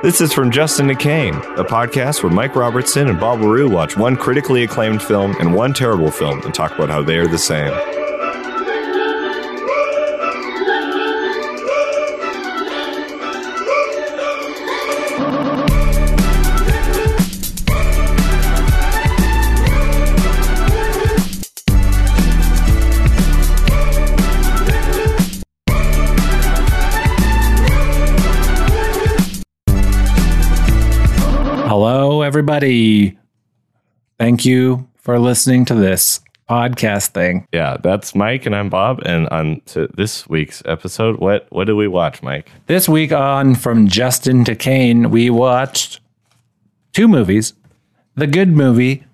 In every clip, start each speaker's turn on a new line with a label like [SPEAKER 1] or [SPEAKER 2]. [SPEAKER 1] This is from Justin to Kane, a podcast where Mike Robertson and Bob LaRue watch one critically acclaimed film and one terrible film and talk about how they are the same.
[SPEAKER 2] Hello, everybody. Thank you for listening to this podcast thing.
[SPEAKER 1] Yeah, that's Mike and I'm Bob. And on to this week's episode, what what did we watch, Mike?
[SPEAKER 2] This week on From Justin to Kane, we watched two movies The Good Movie,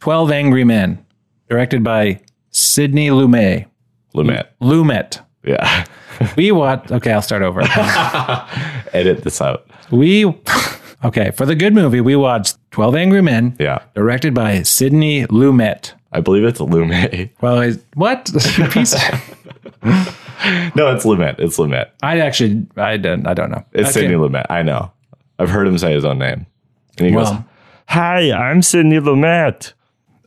[SPEAKER 2] 12 Angry Men, directed by Sidney Lumet.
[SPEAKER 1] Lumet.
[SPEAKER 2] Lumet.
[SPEAKER 1] Yeah,
[SPEAKER 2] We watched, okay, I'll start over.
[SPEAKER 1] edit this out.
[SPEAKER 2] we, okay, for The Good Movie, we watched 12 Angry Men,
[SPEAKER 1] Yeah,
[SPEAKER 2] directed by Sidney Lumet.
[SPEAKER 1] I believe it's Lumet.
[SPEAKER 2] Well, I- what? You piece of-
[SPEAKER 1] No, it's Lumet. It's Lumet.
[SPEAKER 2] I actually, I don't, I don't know.
[SPEAKER 1] It's
[SPEAKER 2] Okay.
[SPEAKER 1] Sidney Lumet. I know. I've heard him say his own name. And he goes,
[SPEAKER 2] Well.
[SPEAKER 1] "Hi, I'm Sidney Lumet."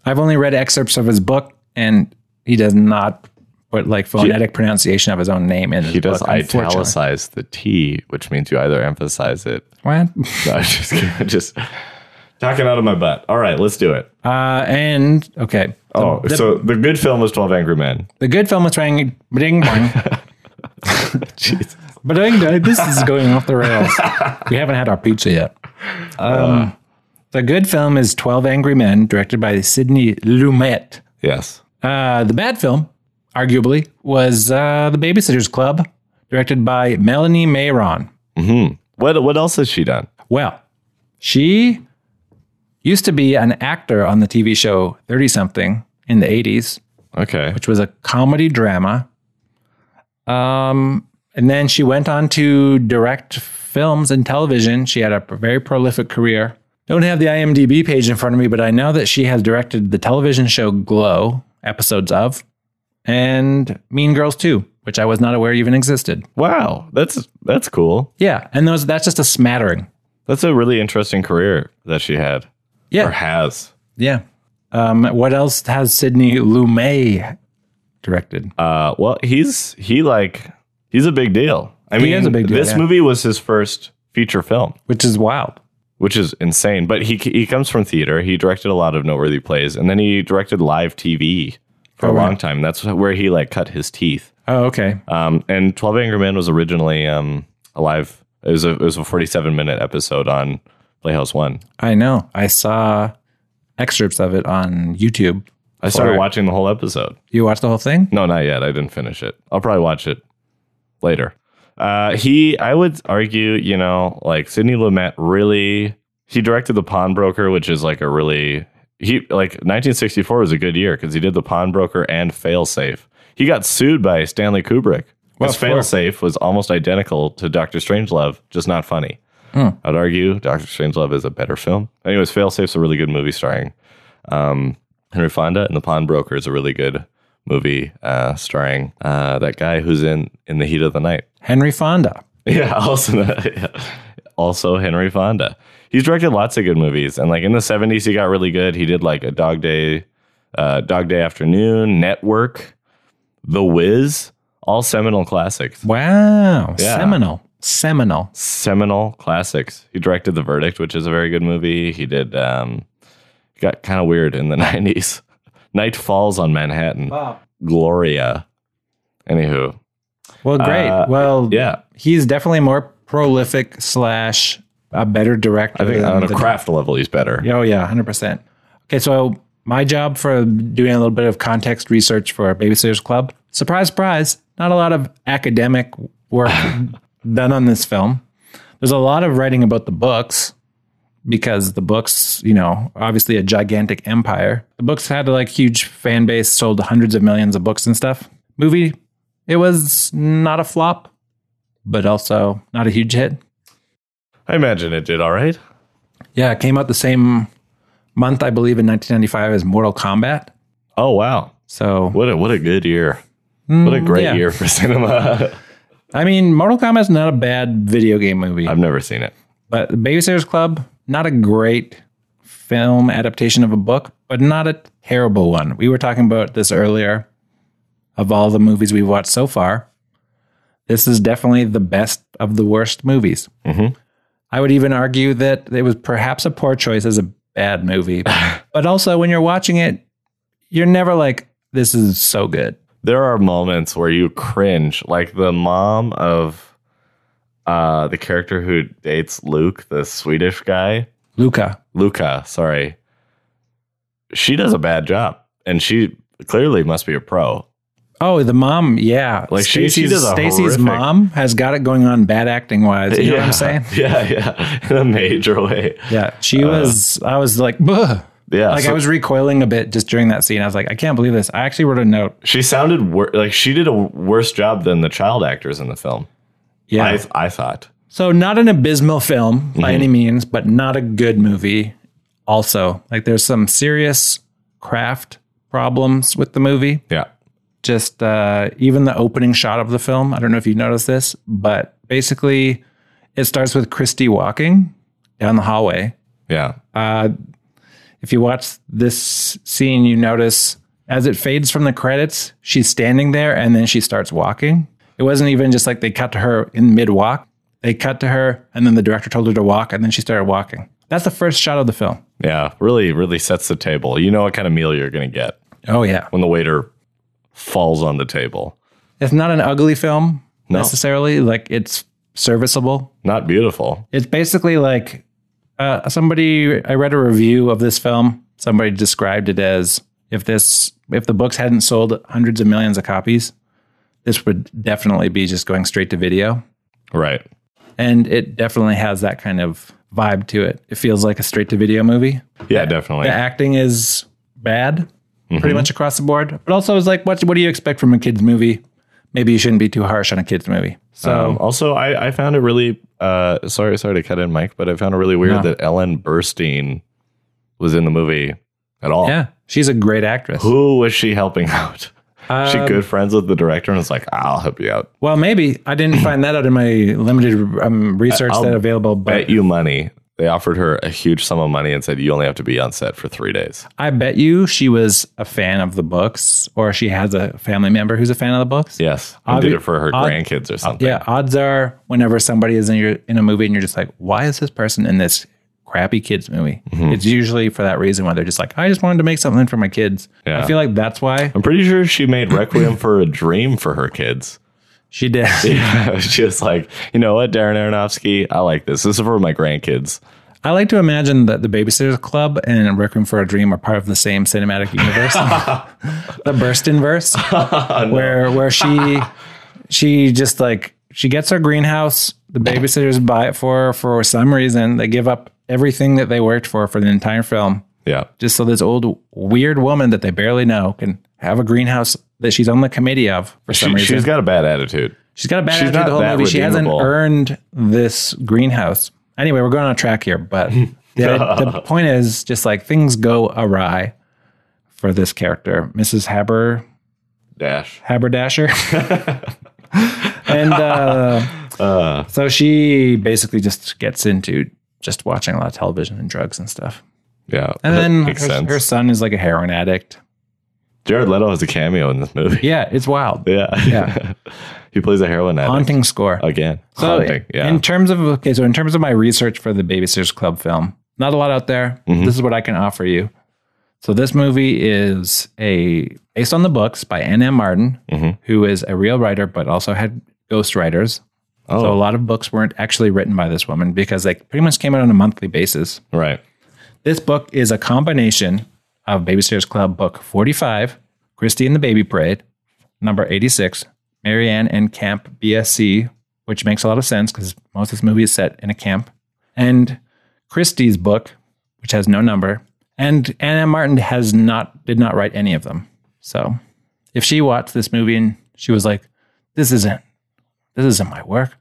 [SPEAKER 2] I've only read excerpts of his book, and he does not put like phonetic pronunciation of his own name in. His
[SPEAKER 1] He does
[SPEAKER 2] book, unfortunately.
[SPEAKER 1] italicize the T, which means you either emphasize it.
[SPEAKER 2] What?
[SPEAKER 1] No, I'm just kidding. just talking out of my butt. All right, let's do it.
[SPEAKER 2] Uh, and okay,
[SPEAKER 1] Oh, so the good film was Twelve Angry Men.
[SPEAKER 2] the good film was rang ding dong. But this is going off the rails. We haven't had our pizza yet. Um,
[SPEAKER 1] Uh.
[SPEAKER 2] the good film is Twelve Angry Men, directed by Sidney Lumet.
[SPEAKER 1] Yes.
[SPEAKER 2] Uh, the bad film, arguably, was uh, The Babysitters Club, directed by Melanie Mayron.
[SPEAKER 1] What What else has she done?
[SPEAKER 2] Well, she used to be an actor on the TV show 30 something in the 80s,
[SPEAKER 1] Okay.
[SPEAKER 2] which was a comedy drama. Um, and then she went on to direct films and television. She had a very prolific career. Don't have the IMDb page in front of me, but I know that she has directed the television show Glow, episodes of, and Mean Girls 2, which I was not aware even existed.
[SPEAKER 1] Wow, that's that's cool.
[SPEAKER 2] Yeah, and those that's just a smattering.
[SPEAKER 1] That's a really interesting career that she had
[SPEAKER 2] Yeah.
[SPEAKER 1] or has.
[SPEAKER 2] Yeah. Um, what else has Sidney Lumet directed?
[SPEAKER 1] Uh, well, he's he like he's a big deal. I mean,
[SPEAKER 2] is a big deal,
[SPEAKER 1] this
[SPEAKER 2] yeah.
[SPEAKER 1] movie was his first feature film,
[SPEAKER 2] Which is wild.
[SPEAKER 1] which is insane. But he he comes from theater. He directed a lot of noteworthy plays, and then he directed live TV for a
[SPEAKER 2] Oh, right.
[SPEAKER 1] long time. That's where he like cut his teeth.
[SPEAKER 2] Oh, okay.
[SPEAKER 1] Um, and Twelve Angry Men was originally um a live. It was a it was a forty seven minute episode on Playhouse One.
[SPEAKER 2] I know. I saw excerpts of it on YouTube.
[SPEAKER 1] I started
[SPEAKER 2] Alright.
[SPEAKER 1] watching the whole episode.
[SPEAKER 2] You watched the whole thing?
[SPEAKER 1] No, not yet. I didn't finish it. I'll probably watch it later. Uh, he, I would argue, you know, like Sidney Lumet really, he directed The Pawnbroker, which is like a really, he, like 1964 was a good year because he did The Pawnbroker and Failsafe. He got sued by Stanley Kubrick.
[SPEAKER 2] Well,
[SPEAKER 1] Because
[SPEAKER 2] of course.
[SPEAKER 1] Failsafe was almost identical to Doctor Strangelove, just not funny.
[SPEAKER 2] Hmm.
[SPEAKER 1] I'd argue Doctor Strangelove is a better film. Anyways, Failsafe's a really good movie starring um, Henry Fonda, and The Pawnbroker is a really good movie uh, starring uh, that guy who's in In the Heat of the Night.
[SPEAKER 2] Henry Fonda.
[SPEAKER 1] Yeah, also also Henry Fonda. He's directed lots of good movies, and like in the seventies, he got really good. He did like a Dog Day, uh, Dog Day Afternoon, Network, The Wiz, all seminal classics.
[SPEAKER 2] Wow.
[SPEAKER 1] Yeah.
[SPEAKER 2] Seminal. Seminal.
[SPEAKER 1] Seminal classics. He directed The Verdict, which is a very good movie. He did. Um, got kind of weird in the nineties. Night Falls on Manhattan.
[SPEAKER 2] Wow.
[SPEAKER 1] Gloria. Anywho,
[SPEAKER 2] Well, great.
[SPEAKER 1] Uh,
[SPEAKER 2] well,
[SPEAKER 1] yeah,
[SPEAKER 2] he's definitely more prolific slash a better director.
[SPEAKER 1] I think
[SPEAKER 2] than
[SPEAKER 1] on a
[SPEAKER 2] the-
[SPEAKER 1] craft level, he's better.
[SPEAKER 2] Oh yeah, hundred percent. Okay, so my job for doing a little bit of context research for Babysitters Club. Surprise, surprise! Not a lot of academic work done on this film. There's a lot of writing about the books because the books, you know, obviously a gigantic empire. The books had like huge fan base, sold hundreds of millions of books and stuff. Movie, it was not a flop, but also not a huge hit.
[SPEAKER 1] I imagine it did all right.
[SPEAKER 2] Yeah, it came out the same month, I believe, in 1995 as Mortal Kombat.
[SPEAKER 1] Oh wow!
[SPEAKER 2] So,
[SPEAKER 1] What a what a good year! What a great
[SPEAKER 2] Mm, yeah.
[SPEAKER 1] year for cinema.
[SPEAKER 2] I mean, Mortal Kombat's not a bad video game movie.
[SPEAKER 1] I've never seen it.
[SPEAKER 2] But The Babysitter's Club, not a great film adaptation of a book, but not a terrible one. We were talking about this earlier. Of all the movies we've watched so far, this is definitely the best of the worst movies.
[SPEAKER 1] Mhm.
[SPEAKER 2] I would even argue that it was perhaps a poor choice as a bad movie. but also, when you're watching it, you're never like, this is so good.
[SPEAKER 1] there are moments where you cringe, like the mom of uh, the character who dates Luke, the Swedish guy,
[SPEAKER 2] Luca.
[SPEAKER 1] Luca. Sorry, she does a bad job, and she clearly must be a pro.
[SPEAKER 2] Oh, the mom. Yeah.
[SPEAKER 1] Like, she- she
[SPEAKER 2] Stacy's-
[SPEAKER 1] does a
[SPEAKER 2] Stacy's
[SPEAKER 1] horrific-
[SPEAKER 2] mom has got it going on bad acting wise. You know what I'm saying?
[SPEAKER 1] Yeah, yeah, in a major way.
[SPEAKER 2] Yeah. She was, I was like, Bleh.
[SPEAKER 1] Yeah,
[SPEAKER 2] like
[SPEAKER 1] so
[SPEAKER 2] I was recoiling a bit just during that scene. I was like, I can't believe this. I actually wrote a note.
[SPEAKER 1] she sounded wor- like she did a worse job than the child actors in the film.
[SPEAKER 2] Yeah.
[SPEAKER 1] I, I thought.
[SPEAKER 2] So not an abysmal film by any means, but not a good movie. Also, like there's some serious craft problems with the movie.
[SPEAKER 1] Yeah,
[SPEAKER 2] Just uh, even the opening shot of the film. I don't know if you noticed this, but basically, it starts with Christy walking down the hallway.
[SPEAKER 1] yeah,
[SPEAKER 2] If you watch this scene, you notice as it fades from the credits, she's standing there and then she starts walking. It wasn't even just like they cut to her in mid walk. They cut to her and then the director told her to walk and then she started walking. That's the first shot of the film.
[SPEAKER 1] yeah. Really, really sets the table. You know what kind of meal you're gonna get.
[SPEAKER 2] Oh, yeah.
[SPEAKER 1] when the waiter falls on the table.
[SPEAKER 2] It's not an ugly film necessarily. Like it's serviceable.
[SPEAKER 1] Not beautiful.
[SPEAKER 2] It's basically like uh, somebody, I read a review of this film. Somebody described it as if this, if the books hadn't sold hundreds of millions of copies, this would definitely be just going straight to video.
[SPEAKER 1] Right.
[SPEAKER 2] And it definitely has that kind of vibe to it. It feels like a straight to video movie.
[SPEAKER 1] Yeah, definitely.
[SPEAKER 2] The acting is bad pretty much across the board, but also it's like, what, what do you expect from a kid's movie? Maybe you shouldn't be too harsh on a kid's movie. So
[SPEAKER 1] Um, also, I, I found it really uh, sorry, sorry to cut in, Mike, but I found it really weird that Ellen Burstyn was in the movie at all.
[SPEAKER 2] yeah, she's a great actress.
[SPEAKER 1] Who was she helping out? she
[SPEAKER 2] Um,
[SPEAKER 1] good friends with the director and was like, I'll help you out.
[SPEAKER 2] Well, maybe I didn't find that out in my limited um, research
[SPEAKER 1] I'll
[SPEAKER 2] that available,
[SPEAKER 1] Bet
[SPEAKER 2] but
[SPEAKER 1] you money. They offered her a huge sum of money and said you only have to be on set for three days.
[SPEAKER 2] I bet you she was a fan of the books, or she has a family member who's a fan of the books.
[SPEAKER 1] Yes. And did
[SPEAKER 2] Obvi-
[SPEAKER 1] it for her
[SPEAKER 2] ob-
[SPEAKER 1] grandkids or something.
[SPEAKER 2] Yeah, odds are, whenever somebody is in your in a movie and you're just like, why is this person in this crappy kids movie?
[SPEAKER 1] Mm-hmm.
[SPEAKER 2] It's usually for that reason why they're just like, I just wanted to make something for my kids.
[SPEAKER 1] Yeah.
[SPEAKER 2] I feel like that's why
[SPEAKER 1] I'm pretty sure she made Requiem for a Dream for her kids.
[SPEAKER 2] she did.
[SPEAKER 1] Yeah, she was like, you know what, Darren Aronofsky, I like this. This is for my grandkids.
[SPEAKER 2] I like to imagine that the Babysitters Club and Requiem for a Dream are part of the same cinematic universe, the Burstin verse, where where she she just like she gets her greenhouse. The babysitters buy it for her for some reason. They give up everything that they worked for for the entire film,
[SPEAKER 1] Yeah,
[SPEAKER 2] just so this old weird woman that they barely know can have a greenhouse that she's on the committee of for some
[SPEAKER 1] she,
[SPEAKER 2] reason.
[SPEAKER 1] she's got a bad attitude.
[SPEAKER 2] She's got a bad
[SPEAKER 1] She's
[SPEAKER 2] attitude
[SPEAKER 1] not
[SPEAKER 2] the whole
[SPEAKER 1] that
[SPEAKER 2] movie. She hasn't
[SPEAKER 1] redeemable.
[SPEAKER 2] earned this greenhouse. Anyway, we're going on a track here, but the, the point is just like things go awry for this character, Mrs. Haber
[SPEAKER 1] Dash.
[SPEAKER 2] Haberdasher. and uh, so she basically just gets into just watching a lot of television and drugs and stuff.
[SPEAKER 1] Yeah,
[SPEAKER 2] And then
[SPEAKER 1] makes
[SPEAKER 2] her,
[SPEAKER 1] sense.
[SPEAKER 2] her son is like a heroin addict.
[SPEAKER 1] Jared Leto has a cameo in this movie.
[SPEAKER 2] Yeah, it's wild.
[SPEAKER 1] Yeah,
[SPEAKER 2] Yeah.
[SPEAKER 1] he plays a heroin addict
[SPEAKER 2] Haunting score.
[SPEAKER 1] again.
[SPEAKER 2] So
[SPEAKER 1] Haunting. Yeah,
[SPEAKER 2] in terms of okay, so in terms of my research for the Babysitters Club film, not a lot out there.
[SPEAKER 1] Mm-hmm.
[SPEAKER 2] This is what I can offer you. So this movie is a based on the books by Anne M. Martin,
[SPEAKER 1] Mm-hmm.
[SPEAKER 2] who is a real writer but also had ghostwriters.
[SPEAKER 1] Oh.
[SPEAKER 2] So a lot of books weren't actually written by this woman because they pretty much came out on a monthly basis.
[SPEAKER 1] right.
[SPEAKER 2] This book is a combination of Babysitter's Club book 45, Christie and the Baby Parade, number 86, Marianne and Camp BSC, which makes a lot of sense because most of this movie is set in a camp, and Christie's book, which has no number, and Anna Martin has not did not write any of them. So if she watched this movie and she was like, This isn't this isn't my work.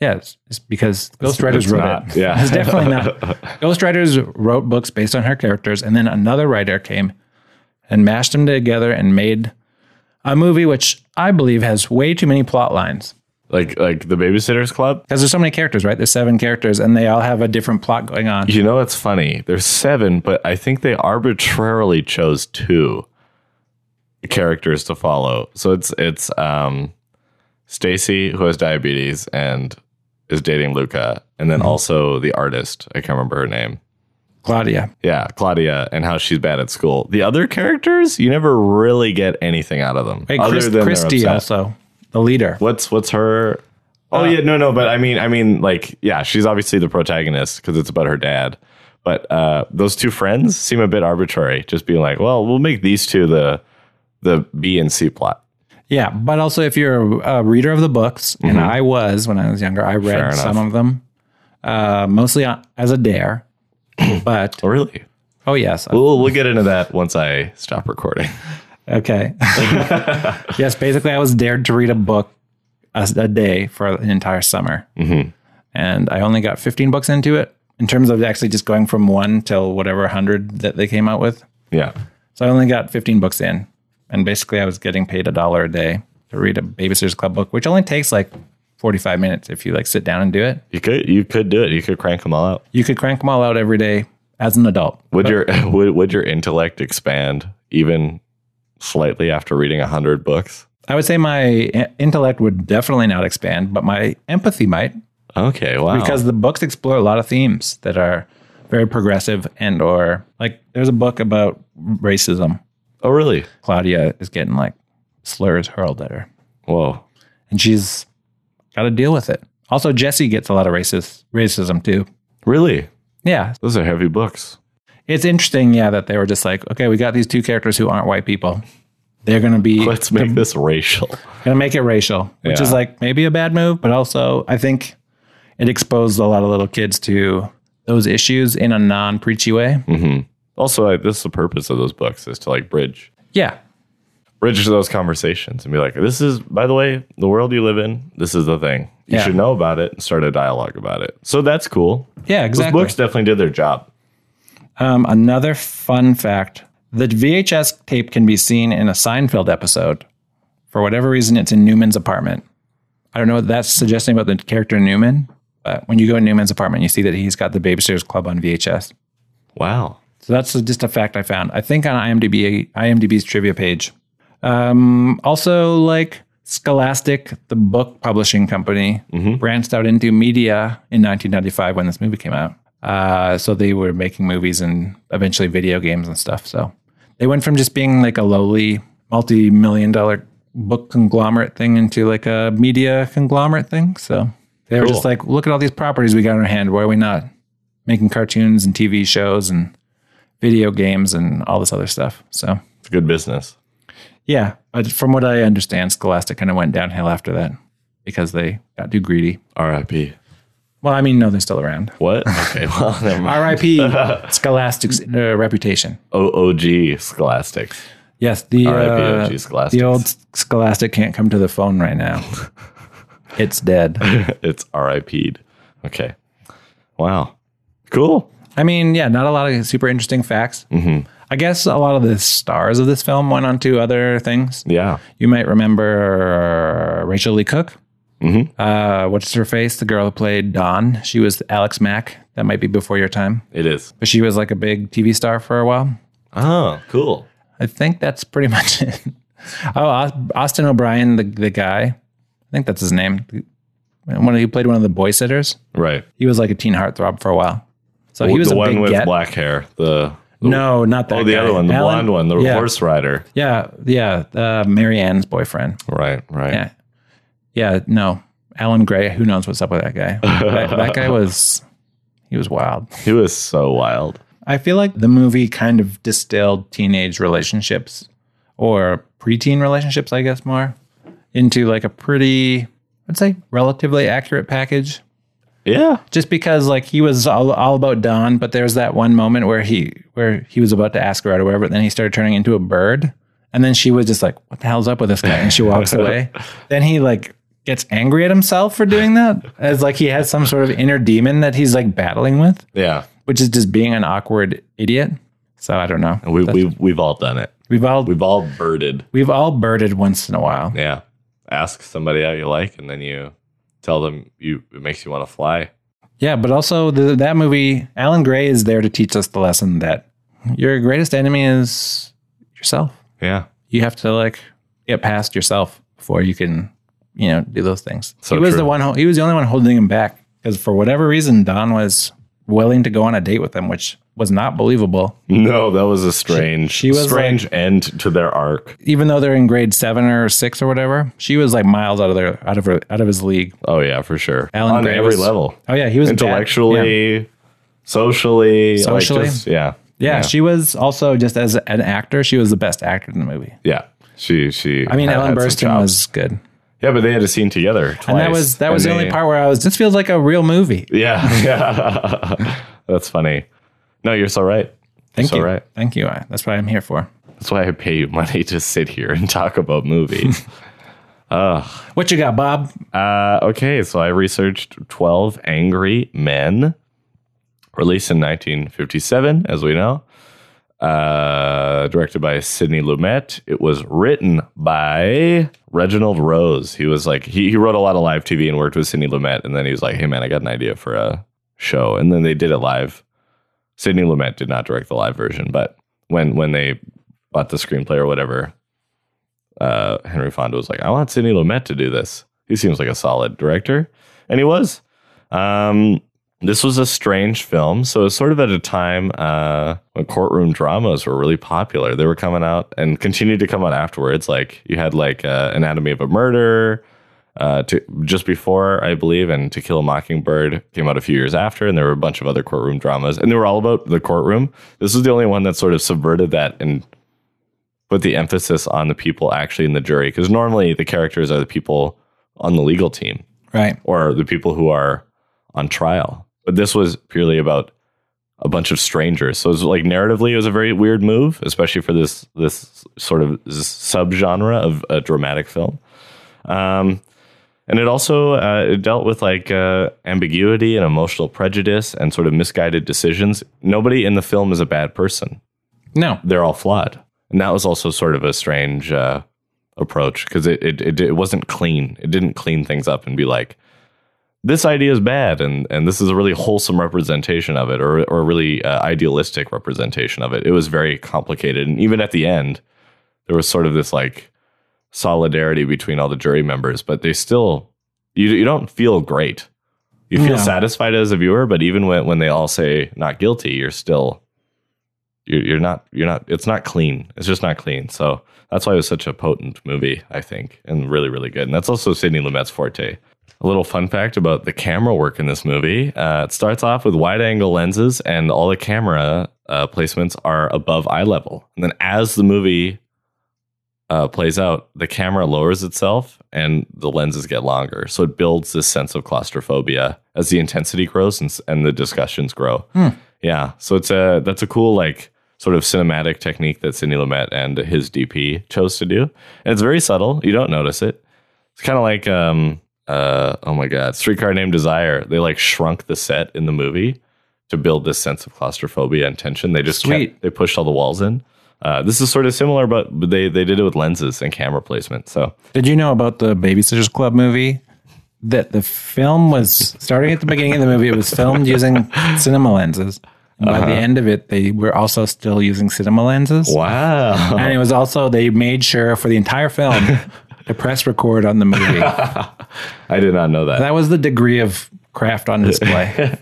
[SPEAKER 2] Yeah, it's, it's because ghostwriters
[SPEAKER 1] it's
[SPEAKER 2] wrote
[SPEAKER 1] not.
[SPEAKER 2] it.
[SPEAKER 1] Yeah.
[SPEAKER 2] it's definitely not. Ghostwriters wrote books based on her characters, and then another writer came and mashed them together and made a movie which I believe has way too many plot lines.
[SPEAKER 1] like like the Babysitters Club.
[SPEAKER 2] Because there's so many characters, right? There's seven characters, and they all have a different plot going on.
[SPEAKER 1] You know, it's funny. There's seven, but I think they arbitrarily chose two characters to follow. So it's it's um, Stacy who has diabetes and is dating Luca, and
[SPEAKER 2] Mm-hmm.
[SPEAKER 1] then also the artist. I can't remember her name.
[SPEAKER 2] Claudia.
[SPEAKER 1] Yeah, Claudia, and how she's bad at school. The other characters, you never really get anything out of them.
[SPEAKER 2] Hey, Chris,
[SPEAKER 1] they're
[SPEAKER 2] Christy
[SPEAKER 1] upset.
[SPEAKER 2] also, the leader.
[SPEAKER 1] What's what's her? Oh yeah, no, no. But I mean, I mean, like, yeah, she's obviously the protagonist because it's about her dad. But uh, those two friends seem a bit arbitrary. Just being like, well, we'll make these two the the B and C plot.
[SPEAKER 2] Yeah, but also if you're a, a reader of the books, and I was when I was younger, I
[SPEAKER 1] Mm-hmm. Fair
[SPEAKER 2] read
[SPEAKER 1] enough.
[SPEAKER 2] some of them, uh, mostly on, as a dare. but
[SPEAKER 1] Oh, really?
[SPEAKER 2] oh yes,
[SPEAKER 1] We'll we'll get into that once I stop recording.
[SPEAKER 2] okay, yes. Basically, I was dared to read a book a, a day for an entire summer,
[SPEAKER 1] Mm-hmm.
[SPEAKER 2] and I only got 15 books into it in terms of actually just going from one till whatever 100 that they came out with.
[SPEAKER 1] Yeah,
[SPEAKER 2] So I only got 15 books in, and basically I was getting paid a dollar a day to read a Babysitter's Club book, which only takes like 45 minutes if you like sit down and do it.
[SPEAKER 1] you could you could do it. You could crank them all out.
[SPEAKER 2] You could crank them all out every day as an adult.
[SPEAKER 1] Would your would would your intellect expand even slightly after reading hundred books?
[SPEAKER 2] I would say my i- intellect would definitely not expand, but my empathy might
[SPEAKER 1] Okay, wow.
[SPEAKER 2] because the books explore a lot of themes that are very progressive and or like there's a book about racism.
[SPEAKER 1] oh, really?
[SPEAKER 2] Claudia is getting like slurs hurled at her.
[SPEAKER 1] Whoa.
[SPEAKER 2] and she's got to deal with it. Also, Jesse gets a lot of racist racism too.
[SPEAKER 1] Really?
[SPEAKER 2] Yeah,
[SPEAKER 1] Those are heavy books.
[SPEAKER 2] it's interesting. Yeah, that they were just like, okay, we got these two characters who aren't white people. They're gonna be
[SPEAKER 1] Let's make this racial.
[SPEAKER 2] gonna make it racial, which is
[SPEAKER 1] Yeah.
[SPEAKER 2] like maybe a bad move, but also I think it exposed a lot of little kids to those issues in a non preachy way.
[SPEAKER 1] Hmm. Also, like, this is the purpose of those books is to like bridge
[SPEAKER 2] Yeah,
[SPEAKER 1] bridge those conversations and be like, this is by the way, the world you live in. This is the thing you
[SPEAKER 2] Yeah.
[SPEAKER 1] should know about it and start a dialogue about it. So that's cool.
[SPEAKER 2] yeah, exactly.
[SPEAKER 1] Those books definitely did their job.
[SPEAKER 2] Um, another fun fact the VHS tape can be seen in a Seinfeld episode. For whatever reason, it's in Newman's apartment. I don't know what that's suggesting about the character Newman, but when you go in Newman's apartment, you see that he's got the Babysitter's Club on VHS.
[SPEAKER 1] Wow.
[SPEAKER 2] So that's just a fact I found. I think on IMDb, IMDb's trivia page. Um, also, like Scholastic, the book publishing company, branched out into media in 1995 when this movie came out. Uh, so they were making movies and eventually video games and stuff. So they went from just being like a lowly multi-million dollar book conglomerate thing into like a media conglomerate thing. So they were
[SPEAKER 1] Cool.
[SPEAKER 2] just like, look at all these properties we got in our hand. Why are we not making cartoons and TV shows and video games and all this other stuff. So
[SPEAKER 1] It's good business.
[SPEAKER 2] yeah, but from what I understand, Scholastic kind of went downhill after that because they got too greedy.
[SPEAKER 1] R.I.P.
[SPEAKER 2] Well, I mean, no, they're still around.
[SPEAKER 1] What? Okay. Well, never mind.
[SPEAKER 2] R.I.P. Scholastic's uh, reputation.
[SPEAKER 1] OOG Scholastics.
[SPEAKER 2] Yes, the
[SPEAKER 1] R.I.P.
[SPEAKER 2] uh,
[SPEAKER 1] OG Scholastics.
[SPEAKER 2] the old Scholastic can't come to the phone right now. it's dead.
[SPEAKER 1] it's R.I.P.'d. Okay. Wow. Cool.
[SPEAKER 2] I mean, yeah, not a lot of super interesting facts. Mm-hmm. I guess a lot of the stars of this film went on to other things.
[SPEAKER 1] Yeah.
[SPEAKER 2] You might remember Rachel Lee Cook.
[SPEAKER 1] Mm-hmm.
[SPEAKER 2] Uh, what's her face? The girl who played Dawn. She was Alex Mack. That might be before your time,
[SPEAKER 1] It is.
[SPEAKER 2] but she was like a big TV star for a while.
[SPEAKER 1] Oh, cool.
[SPEAKER 2] I think that's pretty much it. Oh, Aus- Austin O'Brien, the the guy. I think that's his name. One of, he played one of the boy sitters.
[SPEAKER 1] Right.
[SPEAKER 2] He was like a teen heartthrob for a while. So he was
[SPEAKER 1] Oh, the
[SPEAKER 2] a
[SPEAKER 1] one
[SPEAKER 2] big
[SPEAKER 1] with
[SPEAKER 2] get.
[SPEAKER 1] black hair. The, the
[SPEAKER 2] No, not that.
[SPEAKER 1] Oh, the
[SPEAKER 2] guy.
[SPEAKER 1] other one, the
[SPEAKER 2] Alan-
[SPEAKER 1] blonde one, the
[SPEAKER 2] yeah,
[SPEAKER 1] horse rider.
[SPEAKER 2] Yeah, yeah. Uh, Mary Ann's boyfriend.
[SPEAKER 1] Right, right.
[SPEAKER 2] Yeah. Yeah, no. Alan Gray, who knows what's up with that guy? that, that guy was he was wild.
[SPEAKER 1] He was so wild.
[SPEAKER 2] I feel like the movie kind of distilled teenage relationships or preteen relationships, I guess more, into like a pretty I'd say relatively accurate package.
[SPEAKER 1] Yeah.
[SPEAKER 2] Just because like he was all, all about Don, but there's that one moment where he where he was about to ask her out or whatever, then he started turning into a bird. And then she was just like, What the hell's up with this guy? And she walks away. Then he like gets angry at himself for doing that. As like he has some sort of inner demon that he's like battling with,
[SPEAKER 1] Yeah.
[SPEAKER 2] which is just being an awkward idiot. So I don't know.
[SPEAKER 1] We we we've all done it.
[SPEAKER 2] We've all
[SPEAKER 1] We've all birded.
[SPEAKER 2] we've all birded once in a while.
[SPEAKER 1] Yeah. Ask somebody out you like and then you tell them you it makes you want to fly.
[SPEAKER 2] Yeah, but also the, that movie, Alan Gray is there to teach us the lesson that your greatest enemy is yourself.
[SPEAKER 1] Yeah.
[SPEAKER 2] You have to like get past yourself before you can, you know, do those things.
[SPEAKER 1] So
[SPEAKER 2] he was
[SPEAKER 1] true.
[SPEAKER 2] the one. ho- He was the only one holding him back because for whatever reason, Don was willing to go on a date with him, which was not believable.
[SPEAKER 1] No, that was a strange,
[SPEAKER 2] She- she was
[SPEAKER 1] strange end to their arc.
[SPEAKER 2] Even though they're in grade seven or six or whatever, she was like miles out of their out of her out of his league.
[SPEAKER 1] Oh yeah, for sure.
[SPEAKER 2] Alan
[SPEAKER 1] On
[SPEAKER 2] Gray
[SPEAKER 1] every
[SPEAKER 2] was-
[SPEAKER 1] level,
[SPEAKER 2] Oh yeah, he was a bad- yeah.
[SPEAKER 1] intellectually, socially,
[SPEAKER 2] Socially.
[SPEAKER 1] Like just, yeah,
[SPEAKER 2] Yeah,
[SPEAKER 1] yeah.
[SPEAKER 2] she was also just as an actor, she was the best actor in the movie.
[SPEAKER 1] Yeah. She, she.
[SPEAKER 2] I mean,
[SPEAKER 1] had-
[SPEAKER 2] Ellen
[SPEAKER 1] had some
[SPEAKER 2] Burstyn
[SPEAKER 1] chops.
[SPEAKER 2] was good,
[SPEAKER 1] Yeah, but they had a scene together twice,
[SPEAKER 2] and that was that was
[SPEAKER 1] and
[SPEAKER 2] the only
[SPEAKER 1] they-
[SPEAKER 2] part where I was. This feels like a real movie.
[SPEAKER 1] Yeah, yeah. That's funny. No, you're so right.
[SPEAKER 2] Thank
[SPEAKER 1] so
[SPEAKER 2] you,
[SPEAKER 1] right.
[SPEAKER 2] thank you. I, that's what I'm here for.
[SPEAKER 1] That's why I pay you money to sit here and talk about movies.
[SPEAKER 2] What you got, Bob?
[SPEAKER 1] uh, okay, so I researched 12 Angry Men, released in 1957, as we know. Uh, directed by Sidney Lumet. It was written by Reginald Rose. He was like, he, he wrote a lot of live TV and worked with Sidney Lumet. And then he was like, hey, man, I got an idea for a show. And then they did it live. Sidney Lumet did not direct the live version, but when when they bought the screenplay or whatever, uh, Henry Fonda was like, I want Sidney Lumet to do this. He seems like a solid director. And he was. Um, this was a strange film. So it's sort of at a time uh, when courtroom dramas were really popular. They were coming out and continued to come out afterwards. Like you had like uh, Anatomy of a Murder uh, to, just before, I believe, and To Kill a Mockingbird came out a few years after. And there were a bunch of other courtroom dramas. And they were all about the courtroom. This was the only one that sort of subverted that and put the emphasis on the people actually in the jury because normally the characters are the people on the legal team
[SPEAKER 2] Right.
[SPEAKER 1] or the people who are on trial. But this was purely about a bunch of strangers. So it was like narratively, it was a very weird move, especially for this this sort of this subgenre of a dramatic film. Um, and it also uh, it dealt with like uh, ambiguity and emotional prejudice and sort of misguided decisions. Nobody in the film is a bad person
[SPEAKER 2] No.
[SPEAKER 1] they're all flawed. And that was also sort of a strange uh, approach because it, it, it, it wasn't clean. It didn't clean things up and be like, this idea is bad and, and this is a really wholesome representation of it or, or a really uh, idealistic representation of it. It was very complicated. And even at the end, there was sort of this like solidarity between all the jury members, but they still, you, you don't feel great. You feel
[SPEAKER 2] No.
[SPEAKER 1] satisfied as a viewer, but even when, when they all say not guilty, you're still you're, you're not you're not it's not clean it's just not clean so that's why it was such a potent movie i think and really really good and that's also sidney lumet's forte a little fun fact about the camera work in this movie uh, it starts off with wide angle lenses and all the camera uh, placements are above eye level and then as the movie uh, plays out the camera lowers itself and the lenses get longer so it builds this sense of claustrophobia as the intensity grows and, s- and the discussions grow yeah so it's a that's a cool like sort of cinematic technique that sidney lumet and his dp chose to do and it's very subtle you don't notice it it's kind of like um uh oh my god streetcar named desire they like shrunk the set in the movie to build this sense of claustrophobia and tension they just
[SPEAKER 2] Sweet.
[SPEAKER 1] kept- they pushed all the walls in uh, this is sort of similar but but they they did it with lenses and camera placement so
[SPEAKER 2] Did you know about the Babysitters Club movie? That the film was starting at the beginning of the movie. It was filmed using cinema lenses. And by the end of it, they were also still using cinema lenses.
[SPEAKER 1] wow
[SPEAKER 2] And it was also they made sure for the entire film to press record on the movie.
[SPEAKER 1] i did not know that
[SPEAKER 2] That was the degree of craft on display.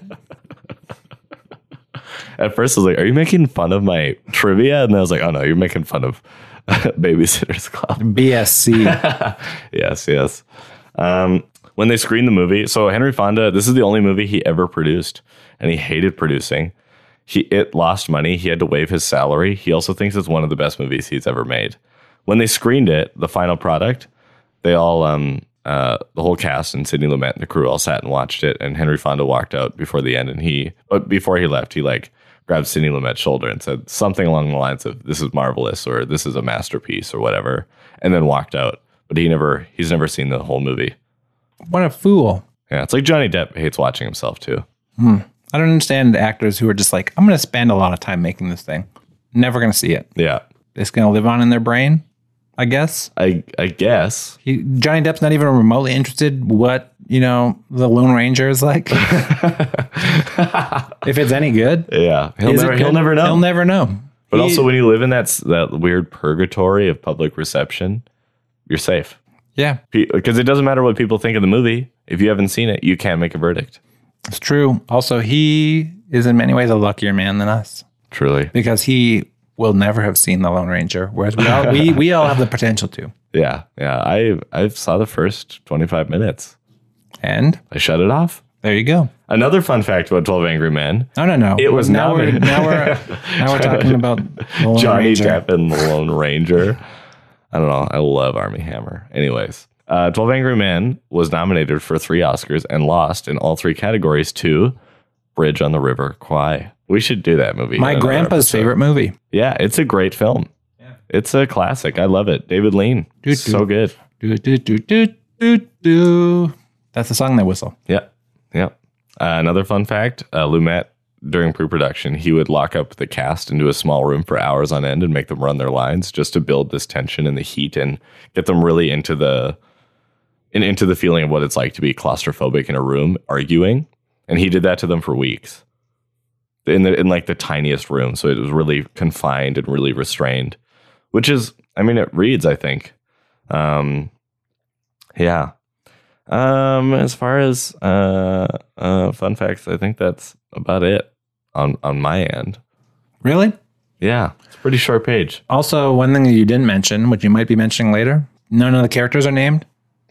[SPEAKER 1] at first I was like, "Are you making fun of my trivia?" And then I was like, "Oh no, you're making fun of Babysitters Club."
[SPEAKER 2] BSC.
[SPEAKER 1] yes, yes. Um, when they screened the movie, so Henry Fonda, this is the only movie he ever produced, and he hated producing. He it lost money. He had to waive his salary. He also thinks it's one of the best movies he's ever made. When they screened it, the final product, they all um uh the whole cast and Sidney Lumet and the crew all sat and watched it and Henry Fonda walked out before the end and he but before he left he like grabbed Sidney Lumet's shoulder and said something along the lines of this is marvelous or this is a masterpiece or whatever and then walked out but he never he's never seen the whole movie
[SPEAKER 2] What a fool.
[SPEAKER 1] yeah it's like Johnny Depp hates watching himself too
[SPEAKER 2] I don't understand actors who are just like, I'm going to spend a lot of time making this thing. Never going to see it.
[SPEAKER 1] yeah
[SPEAKER 2] It's going to live on in their brain, I guess.
[SPEAKER 1] I I guess
[SPEAKER 2] He, Johnny Depp's not even remotely interested what you know, The Lone Ranger is like. if it's any good,
[SPEAKER 1] Yeah, he'll
[SPEAKER 2] Is it
[SPEAKER 1] never he'll
[SPEAKER 2] good?
[SPEAKER 1] never know.
[SPEAKER 2] He'll never know.
[SPEAKER 1] but
[SPEAKER 2] He-
[SPEAKER 1] also, when you live in that s- that weird purgatory of public reception, you're safe
[SPEAKER 2] yeah,
[SPEAKER 1] because it doesn't matter what people think of the movie. If you haven't seen it, you can't make a verdict.
[SPEAKER 2] it's true. Also, he is in many ways a luckier man than us
[SPEAKER 1] Truly,
[SPEAKER 2] because he will never have seen The Lone Ranger, whereas we all, we, we all have the potential to.
[SPEAKER 1] yeah, yeah. I I saw the first 25 minutes.
[SPEAKER 2] And
[SPEAKER 1] I shut it off.
[SPEAKER 2] there you go.
[SPEAKER 1] Another fun fact about 12 Angry Men:
[SPEAKER 2] No, no, no.
[SPEAKER 1] It was
[SPEAKER 2] now we're,
[SPEAKER 1] nominated.
[SPEAKER 2] now we're now we're talking about The Lone
[SPEAKER 1] Johnny
[SPEAKER 2] Ranger.
[SPEAKER 1] Depp and the Lone Ranger. I don't know. I love Army Hammer. Anyways, uh, 12 Angry Men was nominated for three Oscars and lost in all three categories to Bridge on the River Kwai. We should do that movie.
[SPEAKER 2] My
[SPEAKER 1] in another
[SPEAKER 2] grandpa's
[SPEAKER 1] episode.
[SPEAKER 2] favorite movie.
[SPEAKER 1] Yeah, it's a great film.
[SPEAKER 2] Yeah.
[SPEAKER 1] It's a classic. I love it. David Lean.
[SPEAKER 2] Doo-doo.
[SPEAKER 1] So good.
[SPEAKER 2] Do, do, do, do, do, do. That's the song they whistle.
[SPEAKER 1] Yep. Yep. Uh, another fun fact uh, Lumet, during pre production, he would lock up the cast into a small room for hours on end and make them run their lines just to build this tension and the heat and get them really into the. And into the feeling of what it's like to be claustrophobic in a room arguing, and he did that to them for weeks, in the in like the tiniest room. So it was really confined and really restrained, which is, I mean, it reads. I think, um, yeah, um, as far as uh, uh, fun facts, I think that's about it on on my end.
[SPEAKER 2] Really?
[SPEAKER 1] Yeah, it's a pretty short page.
[SPEAKER 2] Also, one thing that you didn't mention, which you might be mentioning later, none of the characters are named.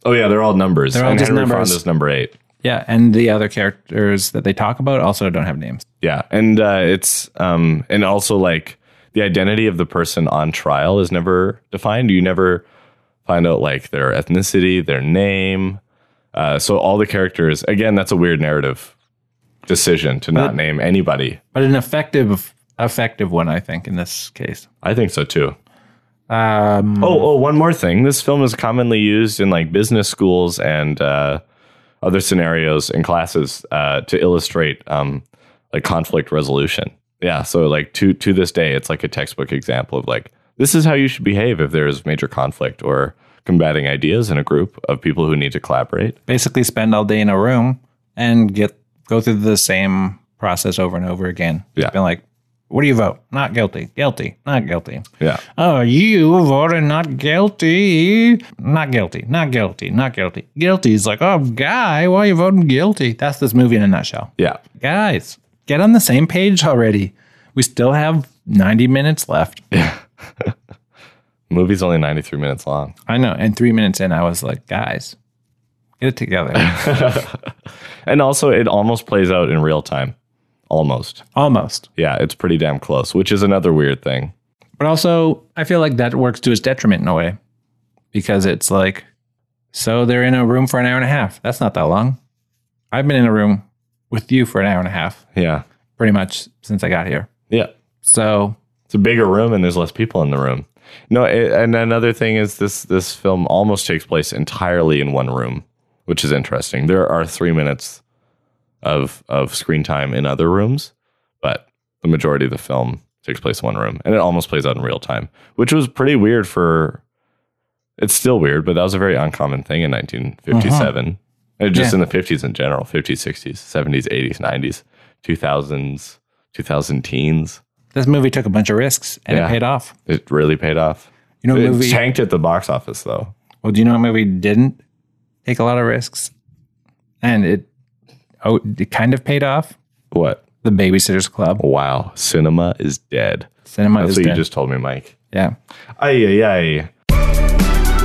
[SPEAKER 1] Oh yeah, they're all numbers.
[SPEAKER 2] They're all
[SPEAKER 1] and
[SPEAKER 2] just
[SPEAKER 1] Henry
[SPEAKER 2] numbers.
[SPEAKER 1] Fonda's number eight.
[SPEAKER 2] Yeah, and the other characters that they talk about also don't have names.
[SPEAKER 1] Yeah, and uh, it's um, and also like the identity of the person on trial is never defined. You never find out like their ethnicity, their name. Uh, so all the characters again, that's a weird narrative decision to not name anybody.
[SPEAKER 2] But an effective effective one, I think, in this case.
[SPEAKER 1] I think so too.
[SPEAKER 2] Um,
[SPEAKER 1] Oh, oh, one more thing. This film is commonly used in like business schools and uh, other scenarios in classes uh, to illustrate um, like conflict resolution. Yeah, so like to to this day, it's like a textbook example of like this is how you should behave if there is major conflict or combating ideas in a group of people who need to collaborate.
[SPEAKER 2] Basically, spend all day in a room and get go through the same process over and over again.
[SPEAKER 1] Yeah.
[SPEAKER 2] Been like, what do you vote? Not guilty. Guilty. Not guilty.
[SPEAKER 1] Yeah,
[SPEAKER 2] Oh, you voted not guilty. Not guilty. Not guilty. Not guilty. Guilty is like, oh, guy, why are you voting guilty? That's this movie in a nutshell.
[SPEAKER 1] yeah,
[SPEAKER 2] Guys, get on the same page already. We still have 90 minutes left.
[SPEAKER 1] movie's only ninety three minutes long.
[SPEAKER 2] I know. And three minutes in, I was like, guys, get it together.
[SPEAKER 1] And also, it almost plays out in real time, almost.
[SPEAKER 2] Almost.
[SPEAKER 1] Yeah, it's pretty damn close, which is another weird thing.
[SPEAKER 2] But also, I feel like that works to his detriment in a way because it's like, so they're in a room for an hour and a half. That's not that long. I've been in a room with you for an hour and a half.
[SPEAKER 1] Yeah,
[SPEAKER 2] pretty much since I got here.
[SPEAKER 1] yeah.
[SPEAKER 2] So
[SPEAKER 1] it's a bigger room and there's less people in the room. No, it, and another thing is this this film almost takes place entirely in one room, which is interesting. There are three minutes of of screen time in other rooms, but the majority of the film takes place in one room, and it almost plays out in real time, which was pretty weird for. It's still weird, but that was a very uncommon thing in 1957. And just
[SPEAKER 2] Yeah.
[SPEAKER 1] in the 50s in general 50s, 60s, 70s, 80s, 90s, 2000s, 2000 teens.
[SPEAKER 2] this movie took a bunch of risks and
[SPEAKER 1] Yeah.
[SPEAKER 2] it paid off.
[SPEAKER 1] It really paid off.
[SPEAKER 2] You know, what
[SPEAKER 1] it
[SPEAKER 2] movie.
[SPEAKER 1] tanked at the box office though.
[SPEAKER 2] well, do you know what movie didn't take a lot of risks, and it oh, it kind of paid off.
[SPEAKER 1] What?
[SPEAKER 2] The Babysitters Club.
[SPEAKER 1] Wow, cinema is dead.
[SPEAKER 2] Cinema
[SPEAKER 1] That's
[SPEAKER 2] is
[SPEAKER 1] what
[SPEAKER 2] dead.
[SPEAKER 1] you just told me, Mike.
[SPEAKER 2] yeah.
[SPEAKER 1] Ay ay ay.